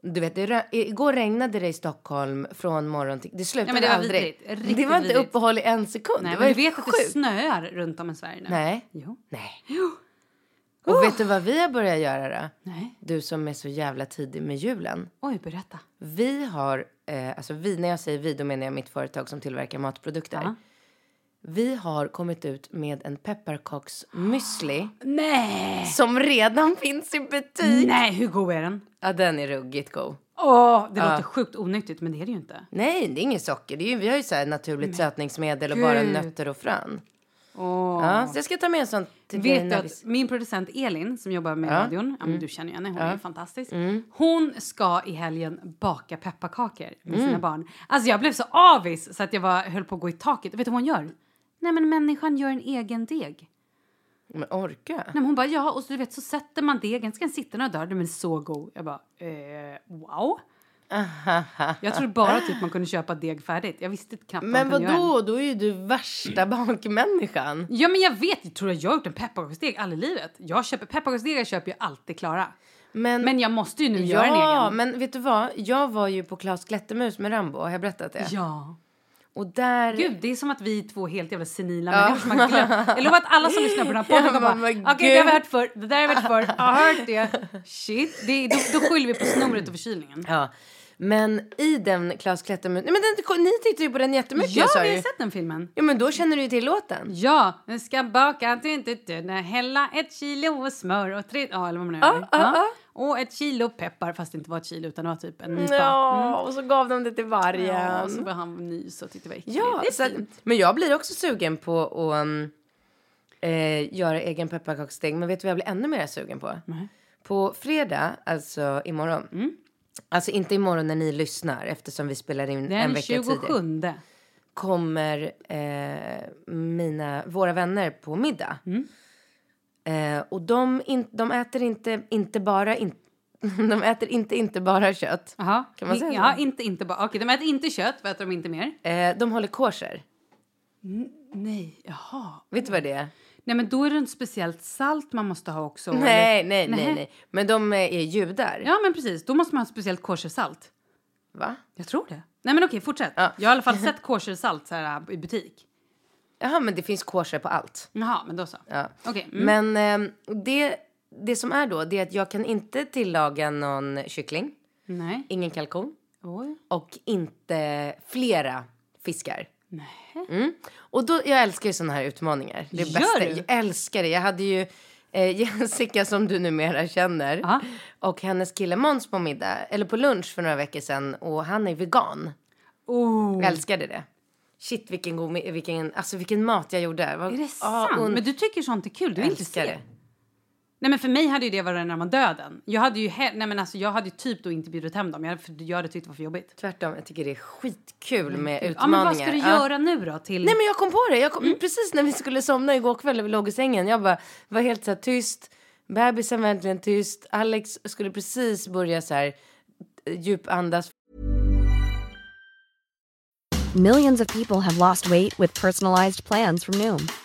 Speaker 3: Du vet, det, re- igår regnade det i Stockholm från morgon till... Det slutade
Speaker 1: Ja, men det var
Speaker 3: aldrig.
Speaker 1: vidrigt. Riktigt
Speaker 3: det var inte
Speaker 1: vidrigt.
Speaker 3: uppehåll i en sekund.
Speaker 1: Nej,
Speaker 3: det var
Speaker 1: men du
Speaker 3: helt
Speaker 1: vet att det
Speaker 3: sjukt.
Speaker 1: snöar Oh. runt om i Sverige nu?
Speaker 3: Nej.
Speaker 1: Jo.
Speaker 3: Nej. Och vet du vad vi har börjat göra då?
Speaker 1: Nej.
Speaker 3: Du som är så jävla tidig med julen.
Speaker 1: Oj, berätta.
Speaker 3: Vi har, eh, alltså vi, när jag säger vi då menar jag mitt företag som tillverkar matprodukter.
Speaker 1: Ja.
Speaker 3: Vi har kommit ut med en pepparkaksmüsli
Speaker 1: Ah, Nej!
Speaker 3: som redan finns i butik.
Speaker 1: Nej, hur god är den?
Speaker 3: Ja, den är ruggigt god.
Speaker 1: Åh, det låter sjukt onyttigt, men det är det ju inte.
Speaker 3: Nej, det är inget socker. Det är ju, vi har ju så här naturligt sötningsmedel och bara nötter och frön.
Speaker 1: Åh.
Speaker 3: Ja, så jag ska ta med en sån till dig
Speaker 1: Vet du
Speaker 3: när vi-
Speaker 1: att min producent Elin som jobbar med radion, ja, men du känner ju henne, hon är fantastisk. Hon ska i helgen baka pepparkakor med sina barn. Alltså jag blev så avis så att jag var, höll på att gå i taket. Vet du vad hon gör? Nej men människan gör en egen deg.
Speaker 3: Men orka?
Speaker 1: Nej, men hon bara ja och så, du vet, så sätter man degen, ska den sitta några dagar, den är så god. Jag bara eh, wow. Jag trodde bara typ man kunde köpa deg färdigt. Jag visste knappt
Speaker 3: Men
Speaker 1: vad man kunde göra.
Speaker 3: vadå, då är ju du värsta bakmänniskan.
Speaker 1: Ja men jag vet, jag tror jag har gjort en pepparkaksdeg alla livet. Jag köper pepparkaksdegar köper jag alltid klara.
Speaker 3: Men,
Speaker 1: Men jag måste ju nu göra en
Speaker 3: ja,
Speaker 1: egen.
Speaker 3: men vet du vad? Jag var ju på Klas Klättermus med Rambo, har jag berättat det?
Speaker 1: Ja.
Speaker 3: Och där...
Speaker 1: Gud, det är som att vi är två helt jävla senila människor som har glömt. Jag lovar att alla som lyssnar på den här podden
Speaker 3: Ja,
Speaker 1: kommer bara,
Speaker 3: men
Speaker 1: okej det har vi
Speaker 3: gud."
Speaker 1: hört förr, det där har vi hört förr, jag har hört det. Shit, det, är- då, då skyller vi på snoret och förkylningen.
Speaker 3: Ja. Men i den Klas Klättermus... Nej, men den, ni tittade ju på den jättemycket,
Speaker 1: Ja,
Speaker 3: sa
Speaker 1: vi
Speaker 3: ju.
Speaker 1: har sett den filmen.
Speaker 3: Ja, men då känner du ju till låten.
Speaker 1: Ja, nu ska baka du, du, du, du, hälla ett kilo smör och tre, ja eller vad man nu gör. Ja. Och ett kilo peppar, fast det inte var ett kilo utan det var typ en nypa.
Speaker 3: Mm, Ja, och så gav de det till
Speaker 1: Ja, och så
Speaker 3: vargen.
Speaker 1: började han nys och tyckte det var äckligt.
Speaker 3: Ja,
Speaker 1: det är
Speaker 3: så att,
Speaker 1: fint.
Speaker 3: men jag blir också sugen på att um, eh, göra egen pepparkaksdeg. Men vet du vad jag blir ännu mer sugen på? På fredag, alltså imorgon.
Speaker 1: Mm.
Speaker 3: Alltså inte imorgon när ni lyssnar eftersom vi spelar in en
Speaker 1: Den
Speaker 3: vecka tidigare.
Speaker 1: 27.
Speaker 3: kommer eh, mina, våra vänner på middag.
Speaker 1: Mm.
Speaker 3: Eh, och de, in, de äter inte, inte bara, in, de äter inte, inte bara kött.
Speaker 1: Jaha.
Speaker 3: Kan man säga så?
Speaker 1: ja, inte, inte bara. Okej, de äter inte kött, vad äter de inte mer?
Speaker 3: Eh, de håller kosher.
Speaker 1: Nej, jaha.
Speaker 3: Vet du vad det är?
Speaker 1: Nej, men då är det inte speciellt salt man måste ha också. eller?
Speaker 3: Nej, nej, nej,
Speaker 1: Nähä.
Speaker 3: nej. Men de eh, är judar.
Speaker 1: Ja, men precis. Då måste man ha ett speciellt koshersalt.
Speaker 3: Va?
Speaker 1: Jag tror det. Nej, men okej, fortsätt.
Speaker 3: Ja.
Speaker 1: Jag har i alla fall sett koshersalt så här i butik.
Speaker 3: Jaha, men det finns kosher på allt.
Speaker 1: Jaha, men då så.
Speaker 3: Ja.
Speaker 1: Okej. mm.
Speaker 3: Men ehm, det, det som är då, det är att jag kan inte tillaga någon kyckling,
Speaker 1: Nej.
Speaker 3: ingen kalkon
Speaker 1: Oj.
Speaker 3: och inte flera fiskar.
Speaker 1: Nej.
Speaker 3: Mm. Och då, jag älskar ju såna här utmaningar. Det är
Speaker 1: Gör
Speaker 3: bästa.
Speaker 1: du?
Speaker 3: Jag älskar det. Jag hade ju eh, Jessica som du numera känner
Speaker 1: Ja.
Speaker 3: och hennes kille Måns på middag, eller på lunch för några veckor sedan och han är vegan.
Speaker 1: Oh.
Speaker 3: Jag älskade det. Shit vilken god, mi- vilken, alltså vilken mat jag gjorde. Är
Speaker 1: Är det sant? men du tycker sånt är kul? Du vill inte se
Speaker 3: ah, älskar det.
Speaker 1: Nej men för mig hade ju det varit när man döden. Jag hade ju, he- nej men alltså jag hade ju typ då inte bjudit hem dem. Jag, för jag hade tyckt det var för jobbigt.
Speaker 3: Tvärtom, jag tycker det är skitkul med
Speaker 1: Ja men
Speaker 3: utmaningar.
Speaker 1: vad ska du
Speaker 3: Ja.
Speaker 1: göra nu då? Till...
Speaker 3: Nej men jag kom på det, jag kom,
Speaker 1: Mm.
Speaker 3: precis när vi skulle somna igår kväll och vi låg i sängen. Jag bara var helt så här tyst, bebisen var äntligen tyst, Alex skulle precis börja så här eh, djupandas
Speaker 4: Millions of people have lost weight with personalized plans from Noom,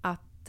Speaker 2: att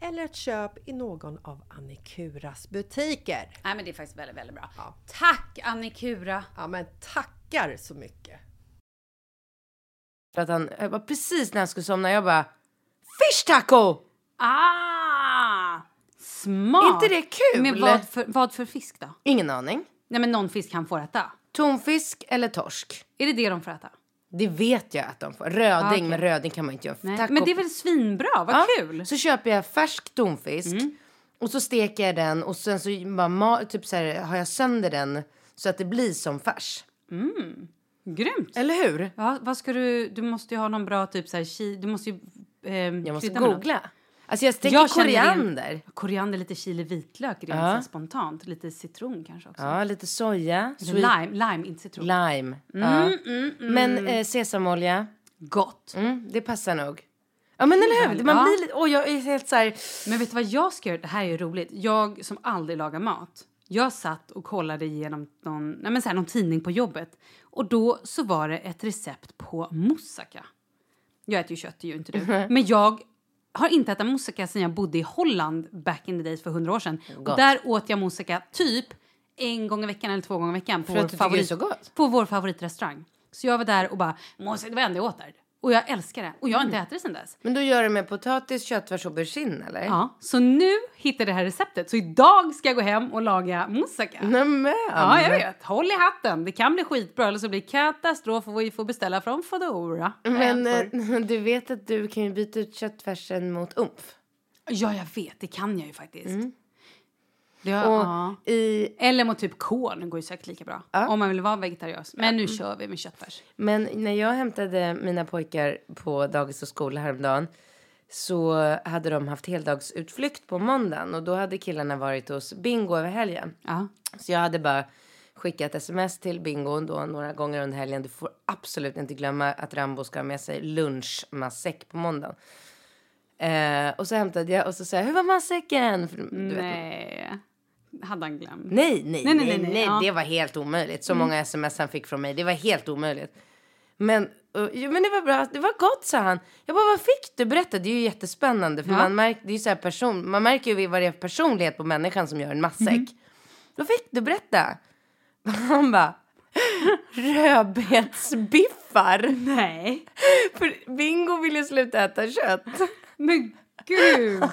Speaker 2: eller ett köp i någon av Annikuras butiker.
Speaker 1: Nej men det är faktiskt väldigt, väldigt bra.
Speaker 2: Ja.
Speaker 1: Tack Annikura!
Speaker 2: Ja men tackar så mycket!
Speaker 3: För att han, jag bara, precis när han skulle somna, jag bara Fish taco!
Speaker 1: Ah! Smart!
Speaker 3: Är inte det kul?
Speaker 1: Men vad för, vad för fisk då?
Speaker 3: Ingen aning.
Speaker 1: Nej men någon fisk han får äta.
Speaker 3: Tonfisk eller torsk?
Speaker 1: Är det det de får äta?
Speaker 3: Det vet jag att de får. Röding,
Speaker 1: Ah, okej.
Speaker 3: men röding kan man inte göra.
Speaker 1: Nej.
Speaker 3: Taco-
Speaker 1: Men det är väl svinbra, vad
Speaker 3: Ja,
Speaker 1: kul! Mm.
Speaker 3: Så köper jag färsk tonfisk och så steker jag den och sen så bara, ma- typ så här, har jag sönder den så att det blir som färs.
Speaker 1: Grymt!
Speaker 3: Eller hur?
Speaker 1: Ja, vad ska du, du måste ju ha någon bra typ såhär, chi, du måste ju... ehm,
Speaker 3: Jag måste
Speaker 1: krydda med något.
Speaker 3: googla. Alltså jag steker
Speaker 1: Jag känner igen-
Speaker 3: koriander.
Speaker 1: Koriander, lite chili, vitlök rent
Speaker 3: Ja.
Speaker 1: så här spontant. Lite citron kanske också.
Speaker 3: Ja, lite soja.
Speaker 1: Eller
Speaker 3: Sweet
Speaker 1: Lime, lime, inte citron.
Speaker 3: lime. Mm, ja. Men eh, sesamolja,
Speaker 1: Gott.
Speaker 3: mm, det passar nog. Ja men eller hur? Man
Speaker 1: Ja.
Speaker 3: blir lite... Åh, jag är helt så här...
Speaker 1: Men vet du vad jag ska göra? Det här är ju roligt. Jag som aldrig lagar mat. Jag satt och kollade igenom någon, nej men så här, någon tidning på jobbet. Och då så var det ett recept på moussaka. Jag äter ju kött, det gör ju inte du.
Speaker 3: Mm.
Speaker 1: Men jag har inte ätit moussaka sedan jag bodde i Holland back in the days för hundra år sedan. Och där åt jag moussaka typ en gång i veckan eller två gånger i veckan på,
Speaker 3: För att
Speaker 1: vår,
Speaker 3: du tycker det är
Speaker 1: favorit,
Speaker 3: så gott?
Speaker 1: på vår favoritrestaurang. Så jag var där och bara, moussaka, det var det enda jag åt där. Och jag älskar det. Och jag har
Speaker 3: Mm.
Speaker 1: inte ätit det sedan dess.
Speaker 3: Men då gör du med potatis, köttfärs och aubergine eller?
Speaker 1: Ja, så nu hittade jag det här receptet. Så idag ska jag gå hem och laga moussaka.
Speaker 3: Nämen!
Speaker 1: Ja, jag vet. Håll i hatten. Det kan bli skitbra eller så blir det katastrof och vi får beställa från Foodora. Äh,
Speaker 3: Men eh, du vet att du kan ju byta ut köttfärsen mot umf.
Speaker 1: Ja, jag vet. Det kan jag ju faktiskt. Det,
Speaker 3: Mm. Och
Speaker 1: ja.
Speaker 3: i
Speaker 1: Eller mot typ korn går ju säkert lika bra. Om man vill vara vegetarian.
Speaker 3: Mm.
Speaker 1: Men nu kör vi med köttfärs.
Speaker 3: Men när jag hämtade mina pojkar på dagis och skola häromdagen så hade de haft heldagsutflykt på måndagen och då hade killarna varit hos Bingo över helgen.
Speaker 1: Ja.
Speaker 3: Så jag hade bara skickat sms till Bingo då några gånger under helgen. Du får absolut inte glömma att Rambo ska ha med sig lunchmatsäck på måndagen. Eh, och så hämtade jag och så sa jag, hur var matsäcken? För, du vet,
Speaker 1: Nej. Eh, Hade han glömt.
Speaker 3: Nej, nej, nej, nej, nej, Mm.
Speaker 1: ja.
Speaker 3: det var helt omöjligt. Så många sms han fick från mig, det var helt omöjligt. Men, eh, jo, men det var bra, det var gott sa han. Jag bara, vad fick du? Berätta, det är ju jättespännande. För man, märk, det är ju så här person, man märker ju vad det är för personlighet på människan som gör en matsäck. Vad fick du? Berätta. Han bara, rödbetsbiffar.
Speaker 1: Nej.
Speaker 3: För Bingo ville ju sluta äta kött.
Speaker 1: Men gud. Men,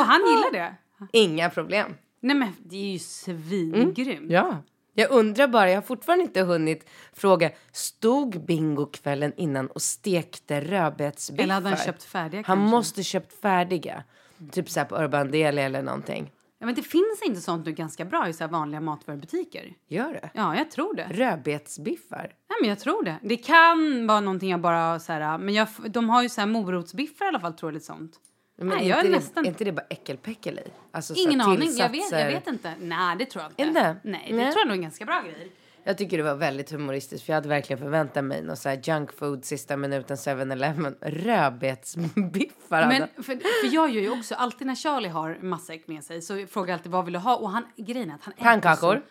Speaker 1: och han gillar det.
Speaker 3: Inga problem.
Speaker 1: Nej men det är ju svingrymt.
Speaker 3: Ja. Jag undrar bara, jag har fortfarande inte hunnit fråga. Stod Bingo kvällen innan och stekte rödbetsbiffar?
Speaker 1: Eller hade han köpt färdiga
Speaker 3: Han
Speaker 1: kanske?
Speaker 3: måste köpt färdiga. Typ så här på Urban Deli eller någonting.
Speaker 1: Ja, men det finns inte sånt nu ganska bra i så här vanliga matvarubutiker.
Speaker 3: Gör det?
Speaker 1: Ja, jag tror det.
Speaker 3: Rödbetsbiffar?
Speaker 1: Nej, men jag tror det. Det kan vara någonting jag bara så här, men jag, de har ju så här morotsbiffar i alla fall tror jag lite sånt.
Speaker 3: Men
Speaker 1: Nej,
Speaker 3: är
Speaker 1: jag är
Speaker 3: inte
Speaker 1: nästan
Speaker 3: Det, är inte det bara äckelpäckel i? Alltså, så här
Speaker 1: ingen aning. Jag vet, jag
Speaker 3: tillsatser.
Speaker 1: vet inte. Nej, det tror jag inte.
Speaker 3: Inte?
Speaker 1: Nej, det
Speaker 3: Nej.
Speaker 1: tror jag nog är en ganska bra grej.
Speaker 3: Jag tycker det var väldigt humoristiskt för jag hade verkligen förväntat mig någon så här junk food sista minuten 7-Eleven. Rödbetsbiffar.
Speaker 1: Men
Speaker 3: Men...
Speaker 1: för, för jag gör ju också alltid när Charlie har matsäck med sig så frågar jag alltid vad vill du ha och han grejen är att han äter
Speaker 3: Pannkakor.
Speaker 1: så-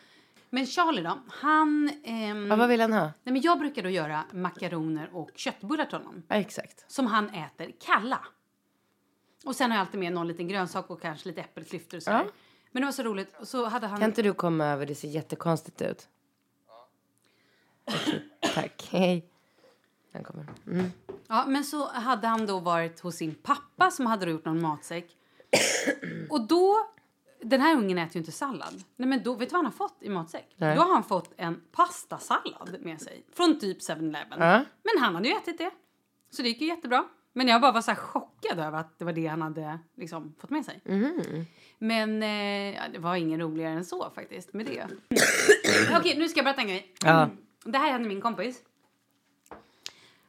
Speaker 1: Men Charlie då, han ehm,
Speaker 3: Ja, vad vill han ha?
Speaker 1: Nej, men jag brukar då göra makaroner och köttbullar till honom.
Speaker 3: Ja, exakt.
Speaker 1: som han äter kalla. Och sen har jag alltid med någon liten grönsak och kanske lite äppelklyftor och sådär. Men det var så roligt. Och så hade han...
Speaker 3: Kan inte du komma över? Det ser jättekonstigt ut. Okej, Tack. Hej. Han kommer. Mm.
Speaker 1: Ja, men så hade han då varit hos sin pappa som hade då gjort någon matsäck. och då... Den här ungen äter ju inte sallad. Nej, men då, vet du vad han har fått i matsäck? Då har han fått en pastasallad med sig. Från typ 7-Eleven. Men han hade ju ätit det. Så det gick ju jättebra. Men jag bara var så här chockad över att det var det han hade liksom, fått med sig. Men eh, ja, det var ingen roligare än så faktiskt med det. Okej, nu ska jag berätta en grej. Mm. Det här hände min kompis.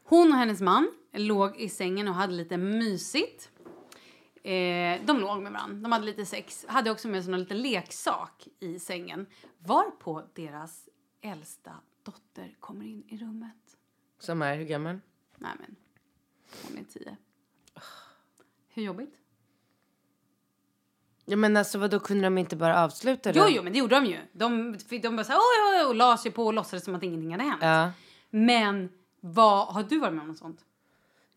Speaker 1: Hon och hennes man låg i sängen och hade lite mysigt. Eh, de låg med varandra, de hade lite sex. Hade också med sig någon liten leksak i sängen. Varpå deras äldsta dotter kommer in i rummet.
Speaker 3: Som är hur gammal?
Speaker 1: Nej men, hon är tio. Hur jobbigt?
Speaker 3: Ja, men alltså vadå, kunde de inte bara avsluta det?
Speaker 1: Jo, jo, men det gjorde de ju. De, de bara så här, oj, oj, oj, och la sig på och låtsades som att ingenting hade hänt.
Speaker 3: Ja.
Speaker 1: Men vad, har du varit med om något sånt?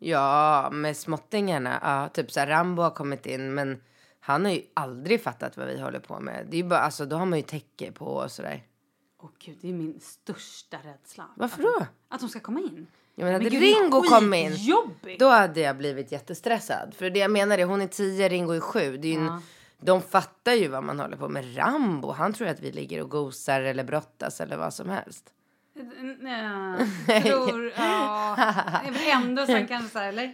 Speaker 3: ja, med småttingarna. Ja, typ så här, Rambo har kommit in, men han har ju aldrig fattat vad vi håller på med. Det är ju bara, alltså då har man ju täcke på och sådär.
Speaker 1: Åh gud, det är min största rädsla. Alltså,
Speaker 3: Varför då?
Speaker 1: Att de ska komma in.
Speaker 3: Jag menar, hade
Speaker 1: gud,
Speaker 3: Ringo
Speaker 1: det är
Speaker 3: kom in,
Speaker 1: skitjobbigt.
Speaker 3: då hade jag blivit jättestressad. För det jag menar är, hon är tio, Ringo är sju. Det är ju en, de fattar ju vad man håller på med. Rambo, han tror att vi ligger och gosar eller brottas eller vad som helst.
Speaker 1: Nej, jag tror... Ja. Jag vill ändå sen kanske så här, eller?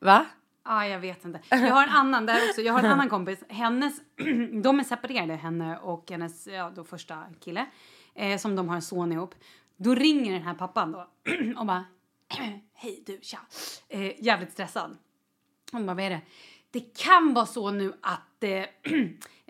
Speaker 3: Va?
Speaker 1: Ja, jag vet inte. Jag har en annan där också. Jag har en annan kompis. Hennes, de är separerade, henne och hennes ja, då första kille, eh, som de har en son ihop. Då ringer den här pappan då och bara Hej du, tja. Eh, jävligt stressad. Hon bara, vad är det? Det kan vara så nu att eh,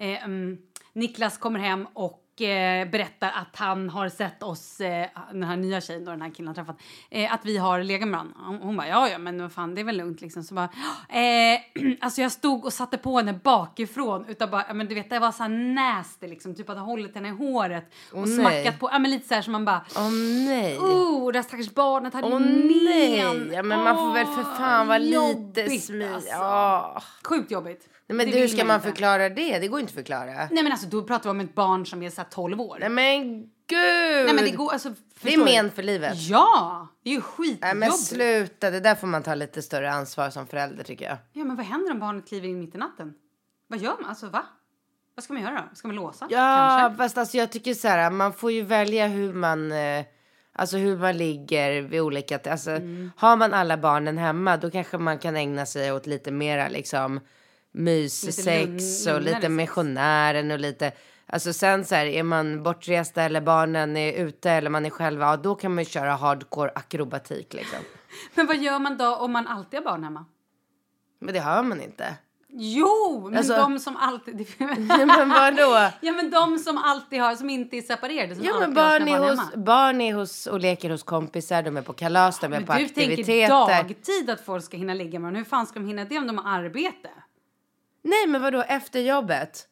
Speaker 1: eh, mm, Niklas kommer hem och eh, berättar att han har sett oss, eh, den här nya tjejen då, den här killen har träffat, eh, att vi har legat med varandra. Hon, hon bara, ja ja men vad fan det är väl lugnt liksom. Så bara, eh, alltså jag stod och satte på henne bakifrån utan bara, ja men du vet det var så här nasty liksom, typ att ha hållit henne i håret och
Speaker 3: nej.
Speaker 1: smackat på, ja men lite så här som man bara,
Speaker 3: Åh nej.
Speaker 1: oh det här stackars barnet hade
Speaker 3: Åh
Speaker 1: men.
Speaker 3: nej! Ja, men man får väl för fan vara lite
Speaker 1: jobbigt,
Speaker 3: smi...
Speaker 1: alltså.
Speaker 3: Ja.
Speaker 1: Sjukt jobbigt.
Speaker 3: Nej, men
Speaker 1: Det
Speaker 3: hur
Speaker 1: vill
Speaker 3: ska man
Speaker 1: inte.
Speaker 3: förklara det? Det går inte att förklara.
Speaker 1: Nej men alltså då pratar vi om ett barn som är så här 12 år.
Speaker 3: Nej men gud!
Speaker 1: Nej men det går alltså
Speaker 3: det
Speaker 1: förstår
Speaker 3: är
Speaker 1: du?
Speaker 3: men för livet.
Speaker 1: Ja, det är ju skitjobbigt.
Speaker 3: Nej men sluta, det där får man ta lite större ansvar som förälder tycker jag.
Speaker 1: Ja men vad händer om barnet kliver in mitt i natten? Vad gör man? Alltså va? Vad ska man göra då? Ska man låsa?
Speaker 3: Ja
Speaker 1: Kanske?
Speaker 3: fast alltså jag tycker så här, man får ju välja hur man, eh, alltså hur man ligger vid olika, alltså
Speaker 1: Mm.
Speaker 3: har man alla barnen hemma då kanske man kan ägna sig åt lite mera liksom myssex
Speaker 1: lugn- lugnare
Speaker 3: och lite
Speaker 1: sex.
Speaker 3: missionären och lite, alltså sen så här är man bortresta eller barnen är ute eller man är själva, ja, då kan man ju köra hardcore akrobatik liksom.
Speaker 1: Men vad gör man då om man alltid har barn hemma?
Speaker 3: Men det hör man inte.
Speaker 1: Jo, men
Speaker 3: Alltså-
Speaker 1: de som alltid...
Speaker 3: men vadå?
Speaker 1: Ja men de som alltid har, som inte är separerade. Som
Speaker 3: Ja
Speaker 1: alltid
Speaker 3: men
Speaker 1: har
Speaker 3: barn
Speaker 1: sina
Speaker 3: är,
Speaker 1: barn
Speaker 3: hos,
Speaker 1: hemma.
Speaker 3: barn är hos och leker hos kompisar, de är på kalas, de är
Speaker 1: Men
Speaker 3: på
Speaker 1: du tänker
Speaker 3: aktiviteter.
Speaker 1: dagtid att folk ska hinna ligga med varandra. Hur fan ska de hinna det om de har arbete?
Speaker 3: Nej men vadå efter jobbet?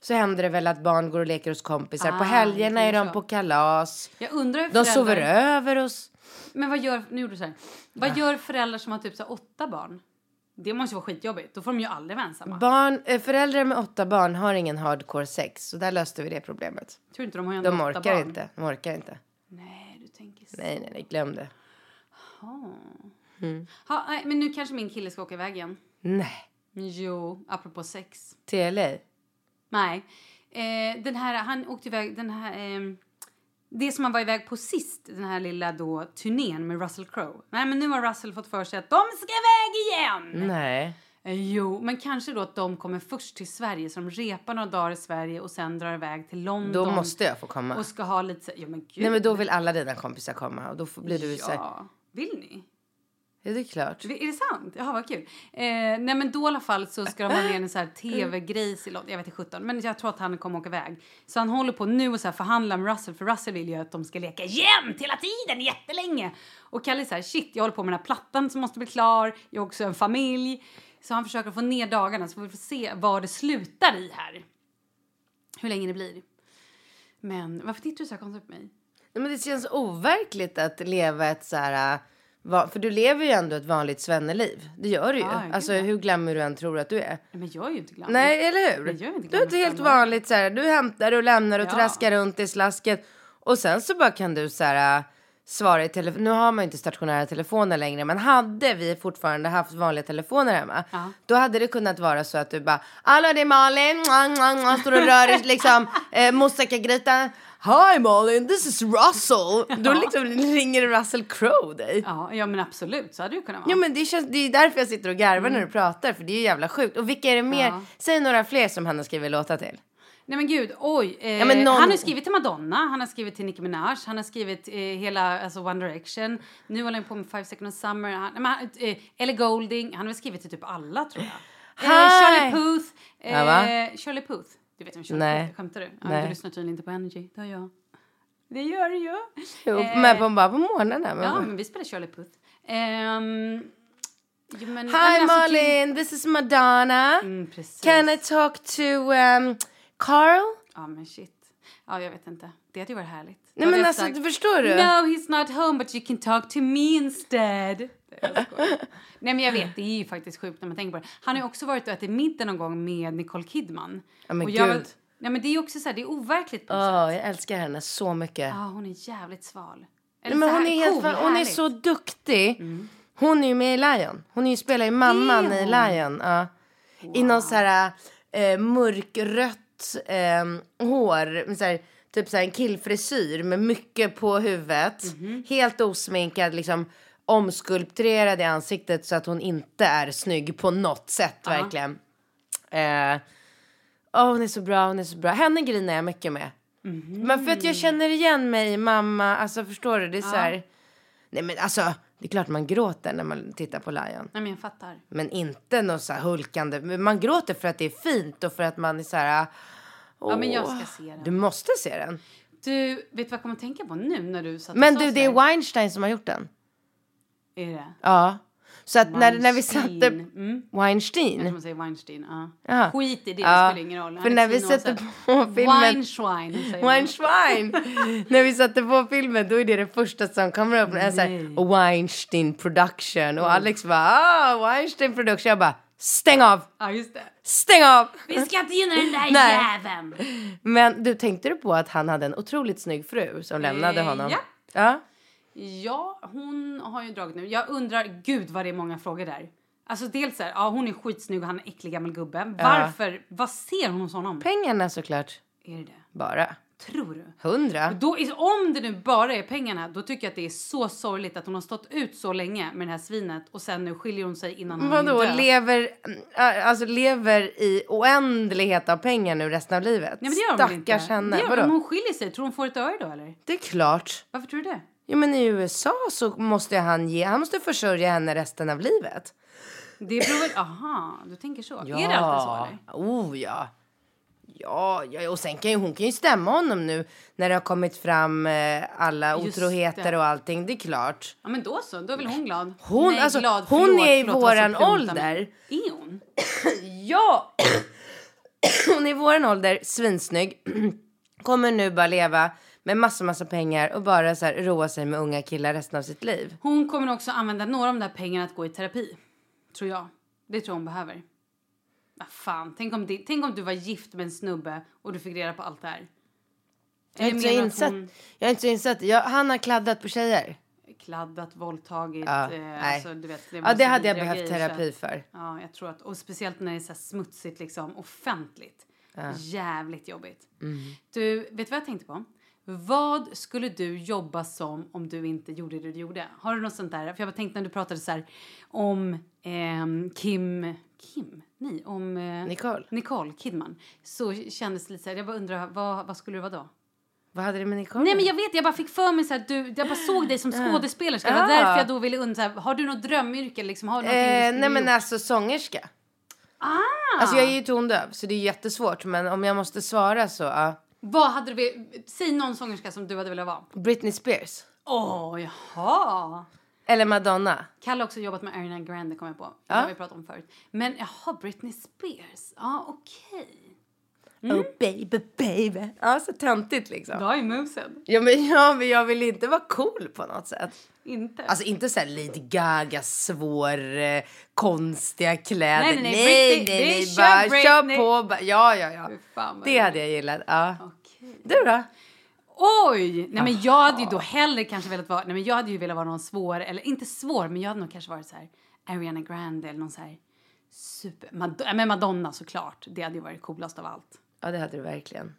Speaker 3: Så händer det väl att barn går och leker hos kompisar. på
Speaker 1: Ah,
Speaker 3: helgerna är
Speaker 1: det är
Speaker 3: de
Speaker 1: så.
Speaker 3: på kalas.
Speaker 1: Jag undrar hur
Speaker 3: De
Speaker 1: föräldrar-
Speaker 3: sover över hos...
Speaker 1: Men vad gör, nu gjorde du så här. Vad gör föräldrar som har typ så här åtta barn? Det måste ju vara skitjobbigt. Då får de ju aldrig vara ensamma.
Speaker 3: Barn, eh, föräldrar med åtta barn har ingen hardcore sex. Så där löste vi det problemet.
Speaker 1: Tror inte de har ju ändå
Speaker 3: De
Speaker 1: åtta
Speaker 3: orkar
Speaker 1: barn.
Speaker 3: inte. De orkar inte.
Speaker 1: Nej, du tänker så.
Speaker 3: Nej, nej, nej. Glöm det.
Speaker 1: Ha, nej, men nu kanske min kille ska åka iväg igen.
Speaker 3: Nej.
Speaker 1: Jo, apropå sex.
Speaker 3: Till LA.
Speaker 1: Nej. Eh, den här, han åkte iväg, den här... ehm, det som han var iväg på sist, den här lilla då turnén med Russell Crowe. Nej, men nu har Russell fått för sig att de ska iväg igen!
Speaker 3: Nej.
Speaker 1: Eh, Jo, men kanske då att de kommer först till Sverige, så de repar några dagar i Sverige och sen drar iväg till London.
Speaker 3: Då måste jag få komma.
Speaker 1: Och ska ha lite så, ja men gud.
Speaker 3: Nej men då vill alla dina kompisar komma. Och då får- blir du så här...
Speaker 1: ja. Vill ni?
Speaker 3: Ja, det är klart.
Speaker 1: Är det sant? Jaha, vad kul. Eh, nej, men då i alla fall så ska de ha med en
Speaker 3: Mm.
Speaker 1: så här tv-grejs i London. Jag vet inte sjutton, men jag tror att han kommer åka iväg. Så han håller på nu och så här förhandlar med Russell, för Russell vill ju att de ska leka jämt hela tiden, jättelänge. Och Kalle är så här, shit, jag håller på med den här plattan som måste bli klar, jag har också en familj. Så han försöker få ner dagarna, så får vi får se vad det slutar i här. Hur länge det blir. Men varför tittar du så här konstigt på mig?
Speaker 3: Nej, men det känns overkligt att leva ett så här... äh, va- För du lever ju ändå ett vanligt svenneliv. Det gör du ju.
Speaker 1: Ja, gud,
Speaker 3: alltså
Speaker 1: ja.
Speaker 3: hur glamour du än tror att du är.
Speaker 1: Nej, Men jag är ju inte glad.
Speaker 3: Nej, eller hur?
Speaker 1: Jag gör inte
Speaker 3: du är
Speaker 1: glamour
Speaker 3: inte helt
Speaker 1: svenne.
Speaker 3: vanligt så här. Du hämtar och lämnar och
Speaker 1: Ja.
Speaker 3: traskar runt i slasket. Och sen så bara kan du så här äh, svara i telefon. Nu har man ju inte stationära telefoner längre. Men hade vi fortfarande haft vanliga telefoner hemma.
Speaker 1: Ja.
Speaker 3: Då hade det kunnat vara så att du bara. Hallå det är Malin. Mua, mua, mua. Står och rör i liksom eh, moussakagrytan. Hi Malin, this is Russell. Då liksom ringer Russell Crowe dig.
Speaker 1: Ja, ja, men absolut, så hade det ju kunnat vara.
Speaker 3: Ja men det, känns, det är därför jag sitter och garvar när du pratar för det är ju jävla sjukt. Och vilka är det mer?
Speaker 1: Mm. Ja.
Speaker 3: Säg några fler som han har skrivit låtar till.
Speaker 1: Nej men gud, oj. Eh,
Speaker 3: men någon-
Speaker 1: Han har ju skrivit till Madonna, han har skrivit till Nicki Minaj, han har skrivit eh, hela alltså One Direction. Nu håller han på med Five Seconds of Summer. Han, nej, men, han, eh, Ellie Goulding, han har väl skrivit till typ alla tror jag. Eh,
Speaker 3: Hi!
Speaker 1: Charlie Puth. Eh,
Speaker 3: Ja, va?
Speaker 1: Charlie Puth. Du vet vem Charlie
Speaker 3: Nej.
Speaker 1: Puth är, skämtar du? Ja,
Speaker 3: Nej.
Speaker 1: du lyssnar tydligen inte på Energy, det har jag. Det gör du ju.
Speaker 3: Jo,
Speaker 1: Eh,
Speaker 3: men på, bara på morgnarna. men
Speaker 1: Ja,
Speaker 3: bara,
Speaker 1: men vi spelar Charlie Puth. Ehm, jo, men, nej, men
Speaker 3: Hi
Speaker 1: alltså,
Speaker 3: Malin, this is Madonna.
Speaker 1: Mm, precis.
Speaker 3: Can I talk to um, Carl?
Speaker 1: Ja, men shit. Ja, jag vet inte. Det hade ju varit härligt. Då
Speaker 3: Nej
Speaker 1: hade
Speaker 3: men
Speaker 1: jag
Speaker 3: alltså
Speaker 1: sagt,
Speaker 3: du förstår du?
Speaker 1: No, he's not home, but you can talk to me instead. Jag skojar. Nej, men jag vet, det är ju faktiskt sjukt när man tänker på det. Han har ju också varit och ätit middag någon gång med Nicole Kidman.
Speaker 3: Ja, men
Speaker 1: och jag,
Speaker 3: gud. Ah.
Speaker 1: Nej, men det är ju också så här, det är overkligt på något sätt.
Speaker 3: Åh, jag älskar henne så mycket.
Speaker 1: Ja, hon är jävligt sval. Eller
Speaker 3: Nej, men
Speaker 1: så här
Speaker 3: hon, är helt,
Speaker 1: cool,
Speaker 3: fan- hon är
Speaker 1: härligt. Mm.
Speaker 3: så duktig. Hon är ju med i Lion. Hon är ju, spelar ju mamman i Lion. Ja. I någon så här eh, mörkrött eh, hår. Med så här, typ så här en killfrisyr med mycket på huvudet.
Speaker 1: Mhm.
Speaker 3: Helt osminkad liksom omskulpterad i ansiktet så att hon inte är snygg på något sätt verkligen. Eh, Åh, hon är så bra, hon är så bra. Henne grinar jag mycket med. Men för att jag känner igen mig i mamma, alltså förstår du? Det är så här... Nej men alltså, Det är klart man gråter när man tittar på Lion.
Speaker 1: Nej men jag fattar.
Speaker 3: Men inte något så här hulkande. Men Man gråter för att det är fint och för att man är så här...
Speaker 1: Ja, men jag ska
Speaker 3: åh.
Speaker 1: se den.
Speaker 3: Du måste se den.
Speaker 1: Du, vet du vad jag kommer att tänka på nu när du satt och
Speaker 3: Men
Speaker 1: sa
Speaker 3: du,
Speaker 1: så
Speaker 3: det är
Speaker 1: här?
Speaker 3: Weinstein som har gjort den.
Speaker 1: Är det?
Speaker 3: Ja. Så att när, när vi
Speaker 1: Weinstein.
Speaker 3: satte...
Speaker 1: Mm. Som
Speaker 3: Weinstein?
Speaker 1: man säger Weinstein. Ja.
Speaker 3: Jaha.
Speaker 1: Skit i det,
Speaker 3: Ja,
Speaker 1: det spelar ingen roll. Han
Speaker 3: för
Speaker 1: är
Speaker 3: när vi
Speaker 1: fin oavsett.
Speaker 3: sätter på filmen-
Speaker 1: Weinstein säger man.
Speaker 3: Weinstein! när vi satte på filmen då är det det första som kommer upp. En så här, Weinstein production. Och Alex bara ah, Weinstein production. Jag bara stäng av!
Speaker 1: Ja, just det.
Speaker 3: Stäng av!
Speaker 1: Vi ska inte gynna den där
Speaker 3: Nej.
Speaker 1: jäveln!
Speaker 3: Men du, tänkte du på att han hade en otroligt snygg fru som lämnade
Speaker 1: Eh,
Speaker 3: honom?
Speaker 1: ja.
Speaker 3: ja.
Speaker 1: Ja, hon har ju dragit nu. Jag undrar, gud vad det är många frågor där. Alltså dels så här, ja hon är skitsnygg och han är en äcklig gammal gubbe. Varför? Vad ser hon hos honom?
Speaker 3: Pengarna såklart.
Speaker 1: är det det?
Speaker 3: Bara.
Speaker 1: Tror du?
Speaker 3: Hundra.
Speaker 1: Då, is- om det nu bara är pengarna, då tycker jag att det är så sorgligt att hon har stått ut så länge med det här svinet och sen nu skiljer hon sig innan hon
Speaker 3: Vadå,
Speaker 1: är död.
Speaker 3: lever, mm, alltså lever i oändlighet av pengar nu resten av livet?
Speaker 1: Nej, men det gör hon väl inte?
Speaker 3: Stackars henne.
Speaker 1: Det gör,
Speaker 3: Vadå?
Speaker 1: om hon skiljer sig, tror hon får ett öre då eller?
Speaker 3: det är klart.
Speaker 1: Varför tror du det?
Speaker 3: Ja, men i USA så måste han ge, han måste försörja henne resten av livet.
Speaker 1: Det beror väl... Aha, du tänker så. Är det alltid så eller?
Speaker 3: Oh ja. Ja, ja, och sen kan ju hon kan ju stämma honom nu när det har kommit fram eh, alla
Speaker 1: Just
Speaker 3: otroheter
Speaker 1: det.
Speaker 3: och allting. Det är klart.
Speaker 1: Ja men då så, då är väl hon glad.
Speaker 3: Hon-
Speaker 1: Nej,
Speaker 3: alltså,
Speaker 1: glad.
Speaker 3: hon
Speaker 1: Förlåt,
Speaker 3: är i
Speaker 1: förlåt, det var så
Speaker 3: våran
Speaker 1: plumpt av mig.
Speaker 3: ålder.
Speaker 1: Är hon?
Speaker 3: Ja! Hon är i våran ålder, svinsnygg. Kommer nu bara leva med massa, massa pengar och bara så här, roa sig med unga killar resten av sitt liv.
Speaker 1: Hon kommer också använda några av de där pengarna att gå i terapi. Tror jag. Det tror jag hon behöver. Ah, fan, tänk om, det, tänk om du var gift med en snubbe och du fick reda på allt det här.
Speaker 3: Jag är, inte så
Speaker 1: menar att
Speaker 3: insatt,
Speaker 1: hon
Speaker 3: jag är inte så insatt. Jag, han har kladdat på tjejer.
Speaker 1: Kladdat, våldtagit.
Speaker 3: Ja,
Speaker 1: eh,
Speaker 3: nej.
Speaker 1: alltså, du vet, var
Speaker 3: ja, det
Speaker 1: så
Speaker 3: hade
Speaker 1: vidriga
Speaker 3: jag behövt
Speaker 1: grejer, så
Speaker 3: terapi
Speaker 1: att-
Speaker 3: för.
Speaker 1: Ja, jag tror att, och speciellt när det är så här smutsigt liksom, offentligt. Jävligt jobbigt.
Speaker 3: Mm.
Speaker 1: Du, vet du vad jag tänkte på? Vad skulle du jobba som om du inte gjorde det du gjorde? Har du något sånt där? För jag bara tänkte när du pratade så här om ehm, Kim... Kim? Nej, om... eh,
Speaker 3: Nicole.
Speaker 1: Nicole Kidman. Så kändes det lite så här, jag bara undrar, vad, vad skulle du vara då?
Speaker 3: Vad hade det med Nicole
Speaker 1: Nej men jag vet, jag bara fick för mig så här, du, jag bara såg dig som skådespelerska. Det var
Speaker 3: Ja.
Speaker 1: därför jag då ville undra, så här, har du något drömyrke liksom? Har du någonting du
Speaker 3: Eh,
Speaker 1: skulle
Speaker 3: nej men
Speaker 1: gjort?
Speaker 3: alltså sångerska.
Speaker 1: Ah!
Speaker 3: Alltså jag är ju tondöv så det är jättesvårt men om jag måste svara så, ja.
Speaker 1: Vad hade du vel- Säg någon sångerska som du hade velat vara.
Speaker 3: Britney Spears.
Speaker 1: Åh, oh, jaha!
Speaker 3: Eller Madonna.
Speaker 1: Kalle har också jobbat med Ariana Grande kom jag på. Det har vi pratat om förut. Men jaha, Britney Spears. Ja, okej.
Speaker 3: Oh baby baby. Ja så töntigt liksom.
Speaker 1: Bra i movesen.
Speaker 3: Ja men, ja men jag vill inte vara cool på något sätt.
Speaker 1: Inte.
Speaker 3: Alltså inte såhär Lady Gaga svår, eh, konstiga kläder.
Speaker 1: Nej, nej, nej, Britney,
Speaker 3: nej,
Speaker 1: vi
Speaker 3: bara
Speaker 1: kör Britney.
Speaker 3: kör på. Bara, ja ja ja.
Speaker 1: Fy fan vad
Speaker 3: Det
Speaker 1: roligt.
Speaker 3: hade jag gillat. Ja.
Speaker 1: Okej.
Speaker 3: Du då?
Speaker 1: Oj! Nej men jag hade ju då hellre kanske velat vara, nej men jag hade ju velat vara någon svår, eller inte svår, men jag hade nog kanske varit så här Ariana Grande eller någon så här super, Mad- äh, men Madonna såklart. Det hade ju varit coolast av allt.
Speaker 3: Ja det hade du verkligen.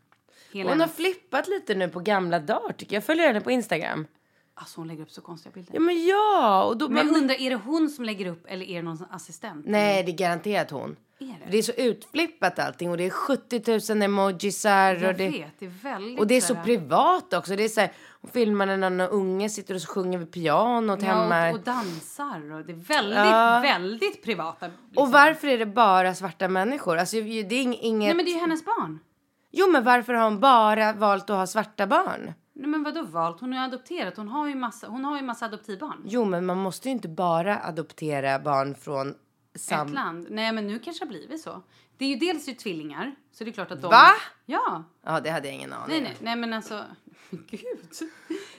Speaker 1: Hela
Speaker 3: Hon har
Speaker 1: hennes-
Speaker 3: flippat lite nu på gamla dagar tycker jag. Jag följer henne på Instagram.
Speaker 1: alltså hon lägger upp så konstiga bilder.
Speaker 3: Ja men ja! Och då,
Speaker 1: Men jag
Speaker 3: men-
Speaker 1: undrar, är det hon som lägger upp eller är det någon sån assistent?
Speaker 3: Nej det är garanterat hon.
Speaker 1: Är det?
Speaker 3: Det är så utflippat allting och det är 70 000 emojisar
Speaker 1: jag
Speaker 3: och det,
Speaker 1: vet, det är väldigt
Speaker 3: och det är så
Speaker 1: här-
Speaker 3: privat också. Det är så här, hon filmar när någon unge sitter och sjunger vid pianot hemma.
Speaker 1: ja, och, och dansar och det är väldigt,
Speaker 3: Ja.
Speaker 1: väldigt privata. liksom.
Speaker 3: Och varför är det bara svarta människor? Alltså det är ing- inget...
Speaker 1: Nej men det är ju hennes barn.
Speaker 3: Jo men varför har hon bara valt att ha svarta barn?
Speaker 1: Nej men vadå valt? Hon har ju adopterat, hon har ju massa, hon har ju massa adoptivbarn.
Speaker 3: Jo men man måste ju inte bara adoptera barn från
Speaker 1: Ett
Speaker 3: samma...
Speaker 1: land. Nej men nu kanske det har blivit så. Det är ju dels ju tvillingar, så det är klart att de...
Speaker 3: Va?
Speaker 1: Ja.
Speaker 3: Ja det hade jag ingen aning
Speaker 1: Nej, nej, nej men alltså... Gud.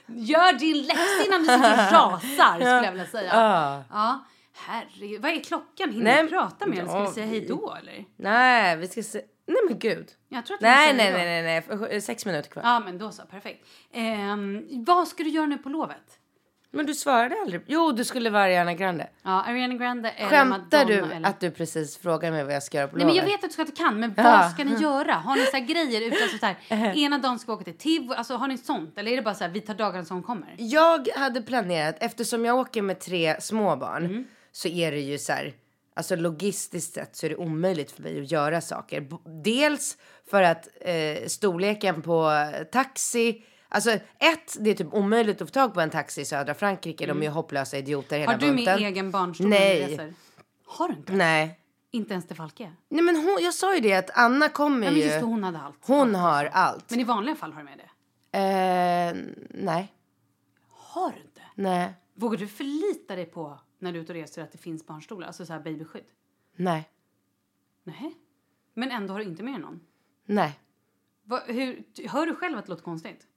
Speaker 1: Gör din läxa innan du sitter och rasar skulle jag vilja säga. Ja. ja. Herregud. Vad är klockan? Hinner
Speaker 3: Nej,
Speaker 1: vi prata med er? Ska
Speaker 3: ja,
Speaker 1: vi säga hej då eller?
Speaker 3: Nej vi ska se... Nej men gud.
Speaker 1: Jag tror att vi
Speaker 3: Nej
Speaker 1: säger
Speaker 3: nej
Speaker 1: då.
Speaker 3: nej nej nej. För- Sex minuter kvar.
Speaker 1: Ja men då så, perfekt. Ehm, vad ska du göra nu på lovet?
Speaker 3: Men du svarade aldrig. Jo du skulle vara Ariana Grande.
Speaker 1: Ja, Ariana Grande eller
Speaker 3: Skämtar
Speaker 1: Madonna
Speaker 3: du
Speaker 1: eller...
Speaker 3: att du precis frågar mig vad jag ska göra på
Speaker 1: Nej men jag
Speaker 3: lovet?
Speaker 1: vet att du ska att du kan, men vad ska ni göra? Har ni så här grejer utan sånt här,
Speaker 3: Eh.
Speaker 1: ena dagen ska vi åka till Tivoli, alltså har ni sånt? Eller är det bara så här, vi tar dagarna som kommer?
Speaker 3: Jag hade planerat, eftersom jag åker med tre små barn
Speaker 1: Mm.
Speaker 3: så är det ju så här, alltså logistiskt sett så är det omöjligt för mig att göra saker. B- Dels för att eh, storleken på taxi, Alltså ett, det är typ omöjligt att få tag på en taxi i södra Frankrike. De är ju hopplösa idioter hela
Speaker 1: Mm. Har du min
Speaker 3: bunten.
Speaker 1: egen barnstol
Speaker 3: Nej.
Speaker 1: när vi reser? Har du inte?
Speaker 3: Nej.
Speaker 1: Inte ens till Falke?
Speaker 3: Nej men hon, jag sa ju det att Anna kommer
Speaker 1: Ja, men
Speaker 3: ju.
Speaker 1: just det, hon hade allt.
Speaker 3: Hon har allt.
Speaker 1: Men i vanliga fall har du med det?
Speaker 3: Eh, nej.
Speaker 1: Har du inte?
Speaker 3: Nej.
Speaker 1: Vågar du förlita dig på när du är ute och reser att det finns barnstolar? Alltså så här babyskydd?
Speaker 3: Nej.
Speaker 1: Nej. Men ändå har du inte med dig någon?
Speaker 3: Nej.
Speaker 1: Va, hur, hör du själv att det låter konstigt?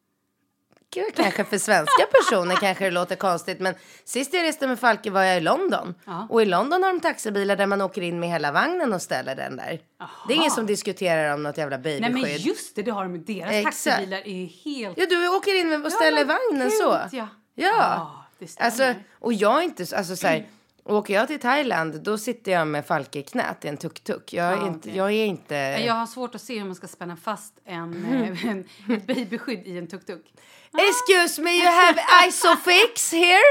Speaker 3: Gud, kanske för svenska personer kanske det låter konstigt men sist jag reste med Falke var jag i London.
Speaker 1: Ja.
Speaker 3: Och i London har de taxibilar där man åker in med hela vagnen och ställer den där. Det är ingen som diskuterar om något jävla
Speaker 1: Nej
Speaker 3: babyskydd.
Speaker 1: men just det, det har de med deras
Speaker 3: Exakt.
Speaker 1: taxibilar är ju helt...
Speaker 3: Ja, du åker in med och
Speaker 1: Ja,
Speaker 3: ställer
Speaker 1: men
Speaker 3: vagnen
Speaker 1: gud,
Speaker 3: så.
Speaker 1: ja. Ja,
Speaker 3: ja.
Speaker 1: det stämmer.
Speaker 3: alltså, och jag är inte så, alltså så här, åker jag till Thailand då sitter jag med Falke i knät i en tuk-tuk. Jag är
Speaker 1: Ja,
Speaker 3: inte,
Speaker 1: okej.
Speaker 3: jag är inte...
Speaker 1: Jag har svårt att se hur man ska spänna fast en, eh, en ett babyskydd i en tuk-tuk.
Speaker 3: Excuse me, you have isofix here?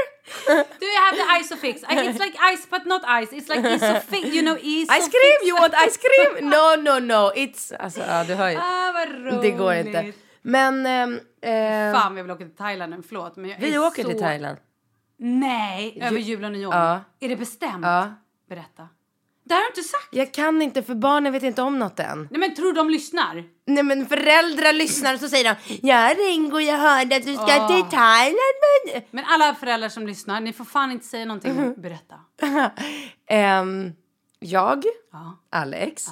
Speaker 1: Do you have the isofix? I- It's like ice but not ice. It's like isofix, you know isofix.
Speaker 3: Ice cream, you want ice cream? No, no, no, it's... Alltså, ja, du hör ju.
Speaker 1: Ah, vad roligt.
Speaker 3: Det går inte. Men... ehm, eh,
Speaker 1: Fan, vi vill åka till Thailand nu. Förlåt. Men jag
Speaker 3: vi
Speaker 1: är
Speaker 3: åker
Speaker 1: så...
Speaker 3: till Thailand.
Speaker 1: Nej, över jul och nyår.
Speaker 3: Ja.
Speaker 1: Är det bestämt?
Speaker 3: Ja.
Speaker 1: Berätta. Det här har du inte sagt.
Speaker 3: Jag kan inte för barnen vet inte om något än.
Speaker 1: Nej men tror de lyssnar?
Speaker 3: Nej men föräldrar lyssnar och så säger de Ja Ringo jag hörde att du ska till Thailand men...
Speaker 1: Men alla föräldrar som lyssnar, ni får fan inte säga
Speaker 3: Mm-hmm.
Speaker 1: någonting. Berätta.
Speaker 3: Ehm, jag,
Speaker 1: Ja.
Speaker 3: Alex,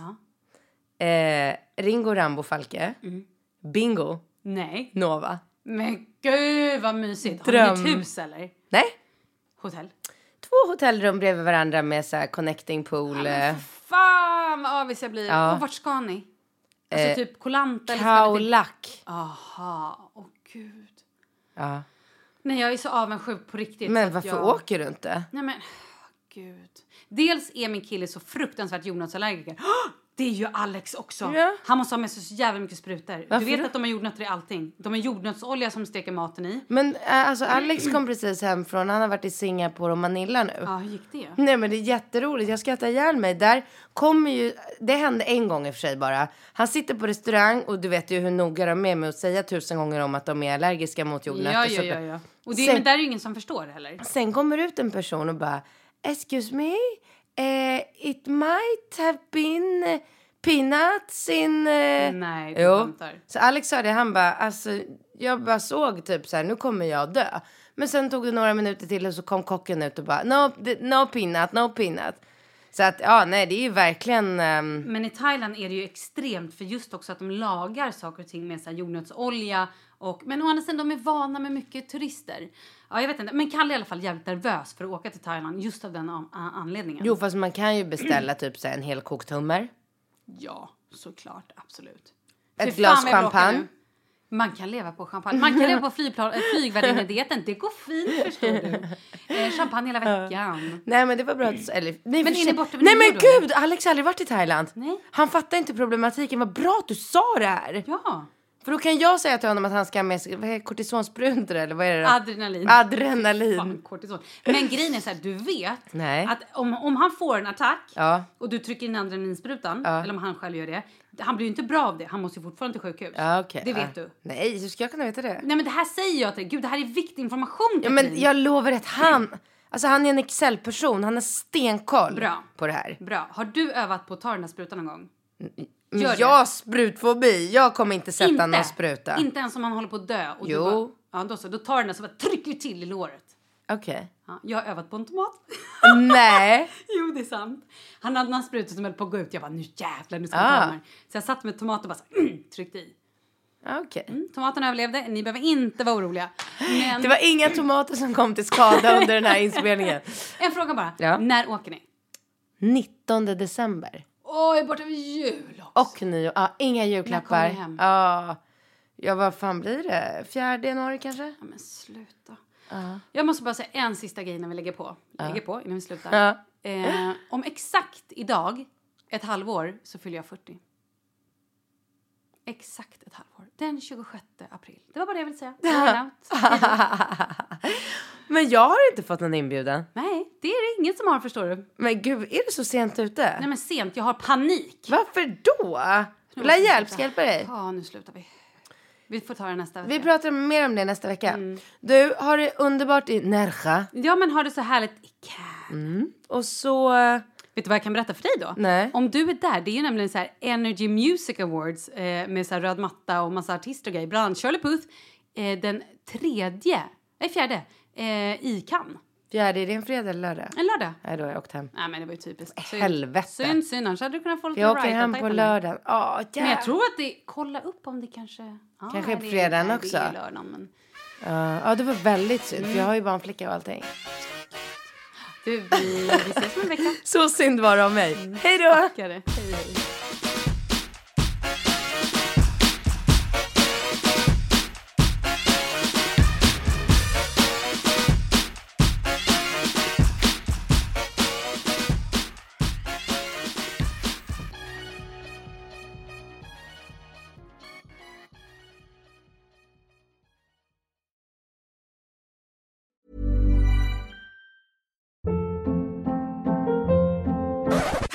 Speaker 3: eh, Ringo Rambo Falke,
Speaker 1: Mm.
Speaker 3: Bingo,
Speaker 1: Nej.
Speaker 3: Nova.
Speaker 1: Men gud vad mysigt. Har
Speaker 3: Dröm.
Speaker 1: ni ett hus eller?
Speaker 3: Nej,
Speaker 1: Hotell?
Speaker 3: två hotellrum bredvid varandra med så här connecting pool. eh,
Speaker 1: Fan vad avis jag blir.
Speaker 3: Ja.
Speaker 1: Och vart ska ni? Alltså
Speaker 3: Eh,
Speaker 1: typ Koh Lanta eller ska ni till-
Speaker 3: Kaolack.
Speaker 1: Aha, åh gud.
Speaker 3: Ja.
Speaker 1: Nej jag är så avundsjuk på riktigt. så
Speaker 3: Men
Speaker 1: att
Speaker 3: varför
Speaker 1: jag...
Speaker 3: åker du inte?
Speaker 1: Nej men, gud. Dels är min kille så fruktansvärt jordnötsallergiker. Det är ju Alex också!
Speaker 3: Ja.
Speaker 1: Han måste ha med sig så jävla mycket sprutor.
Speaker 3: Varför
Speaker 1: du vet
Speaker 3: då?
Speaker 1: att de har jordnötter i allting. De har jordnötsolja som steker maten i.
Speaker 3: Men eh, alltså Alex kom precis hem från, han har varit i Singapore och Manila nu.
Speaker 1: Ja, hur gick det?
Speaker 3: Nej men det är jätteroligt, jag skrattar ihjäl mig. Där kommer ju, det hände en gång i och för sig bara. Han sitter på restaurang och du vet ju hur noga de är med att säga tusen gånger om att de är allergiska mot jordnötter.
Speaker 1: Ja, ja,
Speaker 3: Så-
Speaker 1: ja, ja. Och det,
Speaker 3: Sen-
Speaker 1: men där är ju ingen som förstår heller.
Speaker 3: Sen kommer ut en person och bara, excuse me, eh, it might have been peanuts in... eh."
Speaker 1: Nej, du
Speaker 3: Jo.
Speaker 1: skämtar.
Speaker 3: Så Alex sa det, han bara, alltså jag bara såg typ så här, nu kommer jag dö. Men sen tog det några minuter till och så kom kocken ut och bara, no, th- no peanut, no peanut. Så att, ja nej det är ju verkligen, ehm,
Speaker 1: Men i Thailand är det ju extremt för just också att de lagar saker och ting med så här jordnötsolja och men å andra sidan de är vana med mycket turister. Ja, jag vet inte, men Kalle är i alla fall jävligt nervös för att åka till Thailand just av den an- anledningen.
Speaker 3: jo fast man kan ju beställa typ så här, en hel kokt hummer.
Speaker 1: Ja, såklart, absolut.
Speaker 3: Ett
Speaker 1: Fy
Speaker 3: glas
Speaker 1: fan vad jag bråkar
Speaker 3: champagne.
Speaker 1: nu. Man kan leva på champagne. Man kan leva på flygplan, äh, flygvärdinnedieten. Det går fint förstår du. Eh, champagne hela veckan.
Speaker 3: Nej men det var bra att, eller, nej,
Speaker 1: Men
Speaker 3: för
Speaker 1: är
Speaker 3: sig-
Speaker 1: ni borta vid
Speaker 3: Nej
Speaker 1: nyår
Speaker 3: men
Speaker 1: då?
Speaker 3: gud, Alex har aldrig varit i Thailand.
Speaker 1: Nej.
Speaker 3: Han fattar inte problematiken, vad bra att du sa det här.
Speaker 1: Ja,
Speaker 3: För då kan jag säga till honom att han ska ha med sig, vad är det, kortisonsprutor eller vad är det? då?
Speaker 1: adrenalin.
Speaker 3: Adrenalin.
Speaker 1: Fan, kortison. Men grejen är så här, du vet
Speaker 3: Nej.
Speaker 1: att om, om han får en attack
Speaker 3: Ja.
Speaker 1: och du trycker in adrenalinsprutan,
Speaker 3: Ja.
Speaker 1: eller om han själv gör det, han blir ju inte bra av det. Han måste ju fortfarande till sjukhus.
Speaker 3: Ja, okej.
Speaker 1: Det
Speaker 3: ja.
Speaker 1: vet du. Mm.
Speaker 3: Nej, hur ska jag kunna veta det?
Speaker 1: Nej men det här säger jag till dig. Gud, det här är viktig information
Speaker 3: Ja,
Speaker 1: Katrin.
Speaker 3: men jag lovar att han... Alltså han är en Excel-person, han har stenkoll
Speaker 1: Bra.
Speaker 3: på det här.
Speaker 1: Bra. Har du övat på att ta den här sprutan någon gång?
Speaker 3: Men
Speaker 1: Gör det.
Speaker 3: jag har sprutfobi, jag kommer inte sätta någon spruta.
Speaker 1: Inte ens om han håller på att dö. Och Du
Speaker 3: Jo.
Speaker 1: bara, ja, då, så, då tar den den så bara trycker till i låret.
Speaker 3: Okej.
Speaker 1: Ja, jag har övat på en tomat.
Speaker 3: Nej.
Speaker 1: jo, det är sant. Han hade några sprutor som höll på att gå ut. Jag bara, nu jävlar, nu ska jag
Speaker 3: Ah.
Speaker 1: ta den här. Så jag satt med tomaten och bara så, mm, tryckte i.
Speaker 3: Okej.
Speaker 1: Mm. Tomaten överlevde. Ni behöver inte vara oroliga. Men
Speaker 3: Det var inga tomater som kom till skada under den här inspelningen.
Speaker 1: en fråga bara.
Speaker 3: Ja.
Speaker 1: När åker ni?
Speaker 3: 19 december.
Speaker 1: Åh, jag är borta vid jul också.
Speaker 3: Och nyår. Ja, inga
Speaker 1: kommer
Speaker 3: julklappar.
Speaker 1: ni hem?
Speaker 3: Ja. Ja, vad fan blir det? 4 januari kanske?
Speaker 1: Ja, men sluta.
Speaker 3: Ah.
Speaker 1: Jag måste bara säga en sista grej innan vi lägger på. Lägger på innan vi slutar.
Speaker 3: Ja.
Speaker 1: Eh, om exakt idag, ett halvår, så fyller jag 40. Exakt ett halvår. Den 26 april. Det var bara det jag ville säga. Over and out.
Speaker 3: Men jag har inte fått någon inbjudan.
Speaker 1: Nej, det är det ingen som har förstår du.
Speaker 3: Men gud, är det så sent ute?
Speaker 1: Nej men sent, jag har panik.
Speaker 3: Varför då? Vill jag hjälp? Ska jag hjälpa dig?
Speaker 1: Ja, nu slutar vi. Vi får ta det Mm. nästa
Speaker 3: Vi
Speaker 1: vecka.
Speaker 3: pratar mer om det nästa vecka. Du, har det underbart i Nerja.
Speaker 1: Ja, men har det så härligt i Cannes.
Speaker 3: Och så... eh,
Speaker 1: Vet du vad jag kan berätta för dig då?
Speaker 3: Nej.
Speaker 1: Om du är där, det är ju nämligen så här Energy Music Awards eh, med så här röd matta och massa artister och grejer. Bland annat Shirley Booth eh, den tredje, nej fjärde, eh, i Cannes.
Speaker 3: Fjärde, är det en fredag eller lördag?
Speaker 1: En lördag.
Speaker 3: Nej, då har jag åkt hem.
Speaker 1: Nej men det var ju typiskt. Synd.
Speaker 3: Helvete.
Speaker 1: Synd, synd. Annars hade du kunnat få lite
Speaker 3: Jag åker
Speaker 1: right
Speaker 3: hem
Speaker 1: attack
Speaker 3: på
Speaker 1: mig.
Speaker 3: lördagen. Oh,
Speaker 1: Men jag tror att det, kolla upp om det kanske... Ja,
Speaker 3: Kanske
Speaker 1: nej,
Speaker 3: på
Speaker 1: det
Speaker 3: fredagen
Speaker 1: nej,
Speaker 3: också.
Speaker 1: Det är ju lördagen men...
Speaker 3: ja, det var väldigt synd.
Speaker 1: Mm.
Speaker 3: För jag har ju barnflicka och allting.
Speaker 1: Du, vi, vi ses om en vecka. Mm.
Speaker 3: Så synd var det av mig. Hej då!
Speaker 1: Tackar dig. Hej, hej.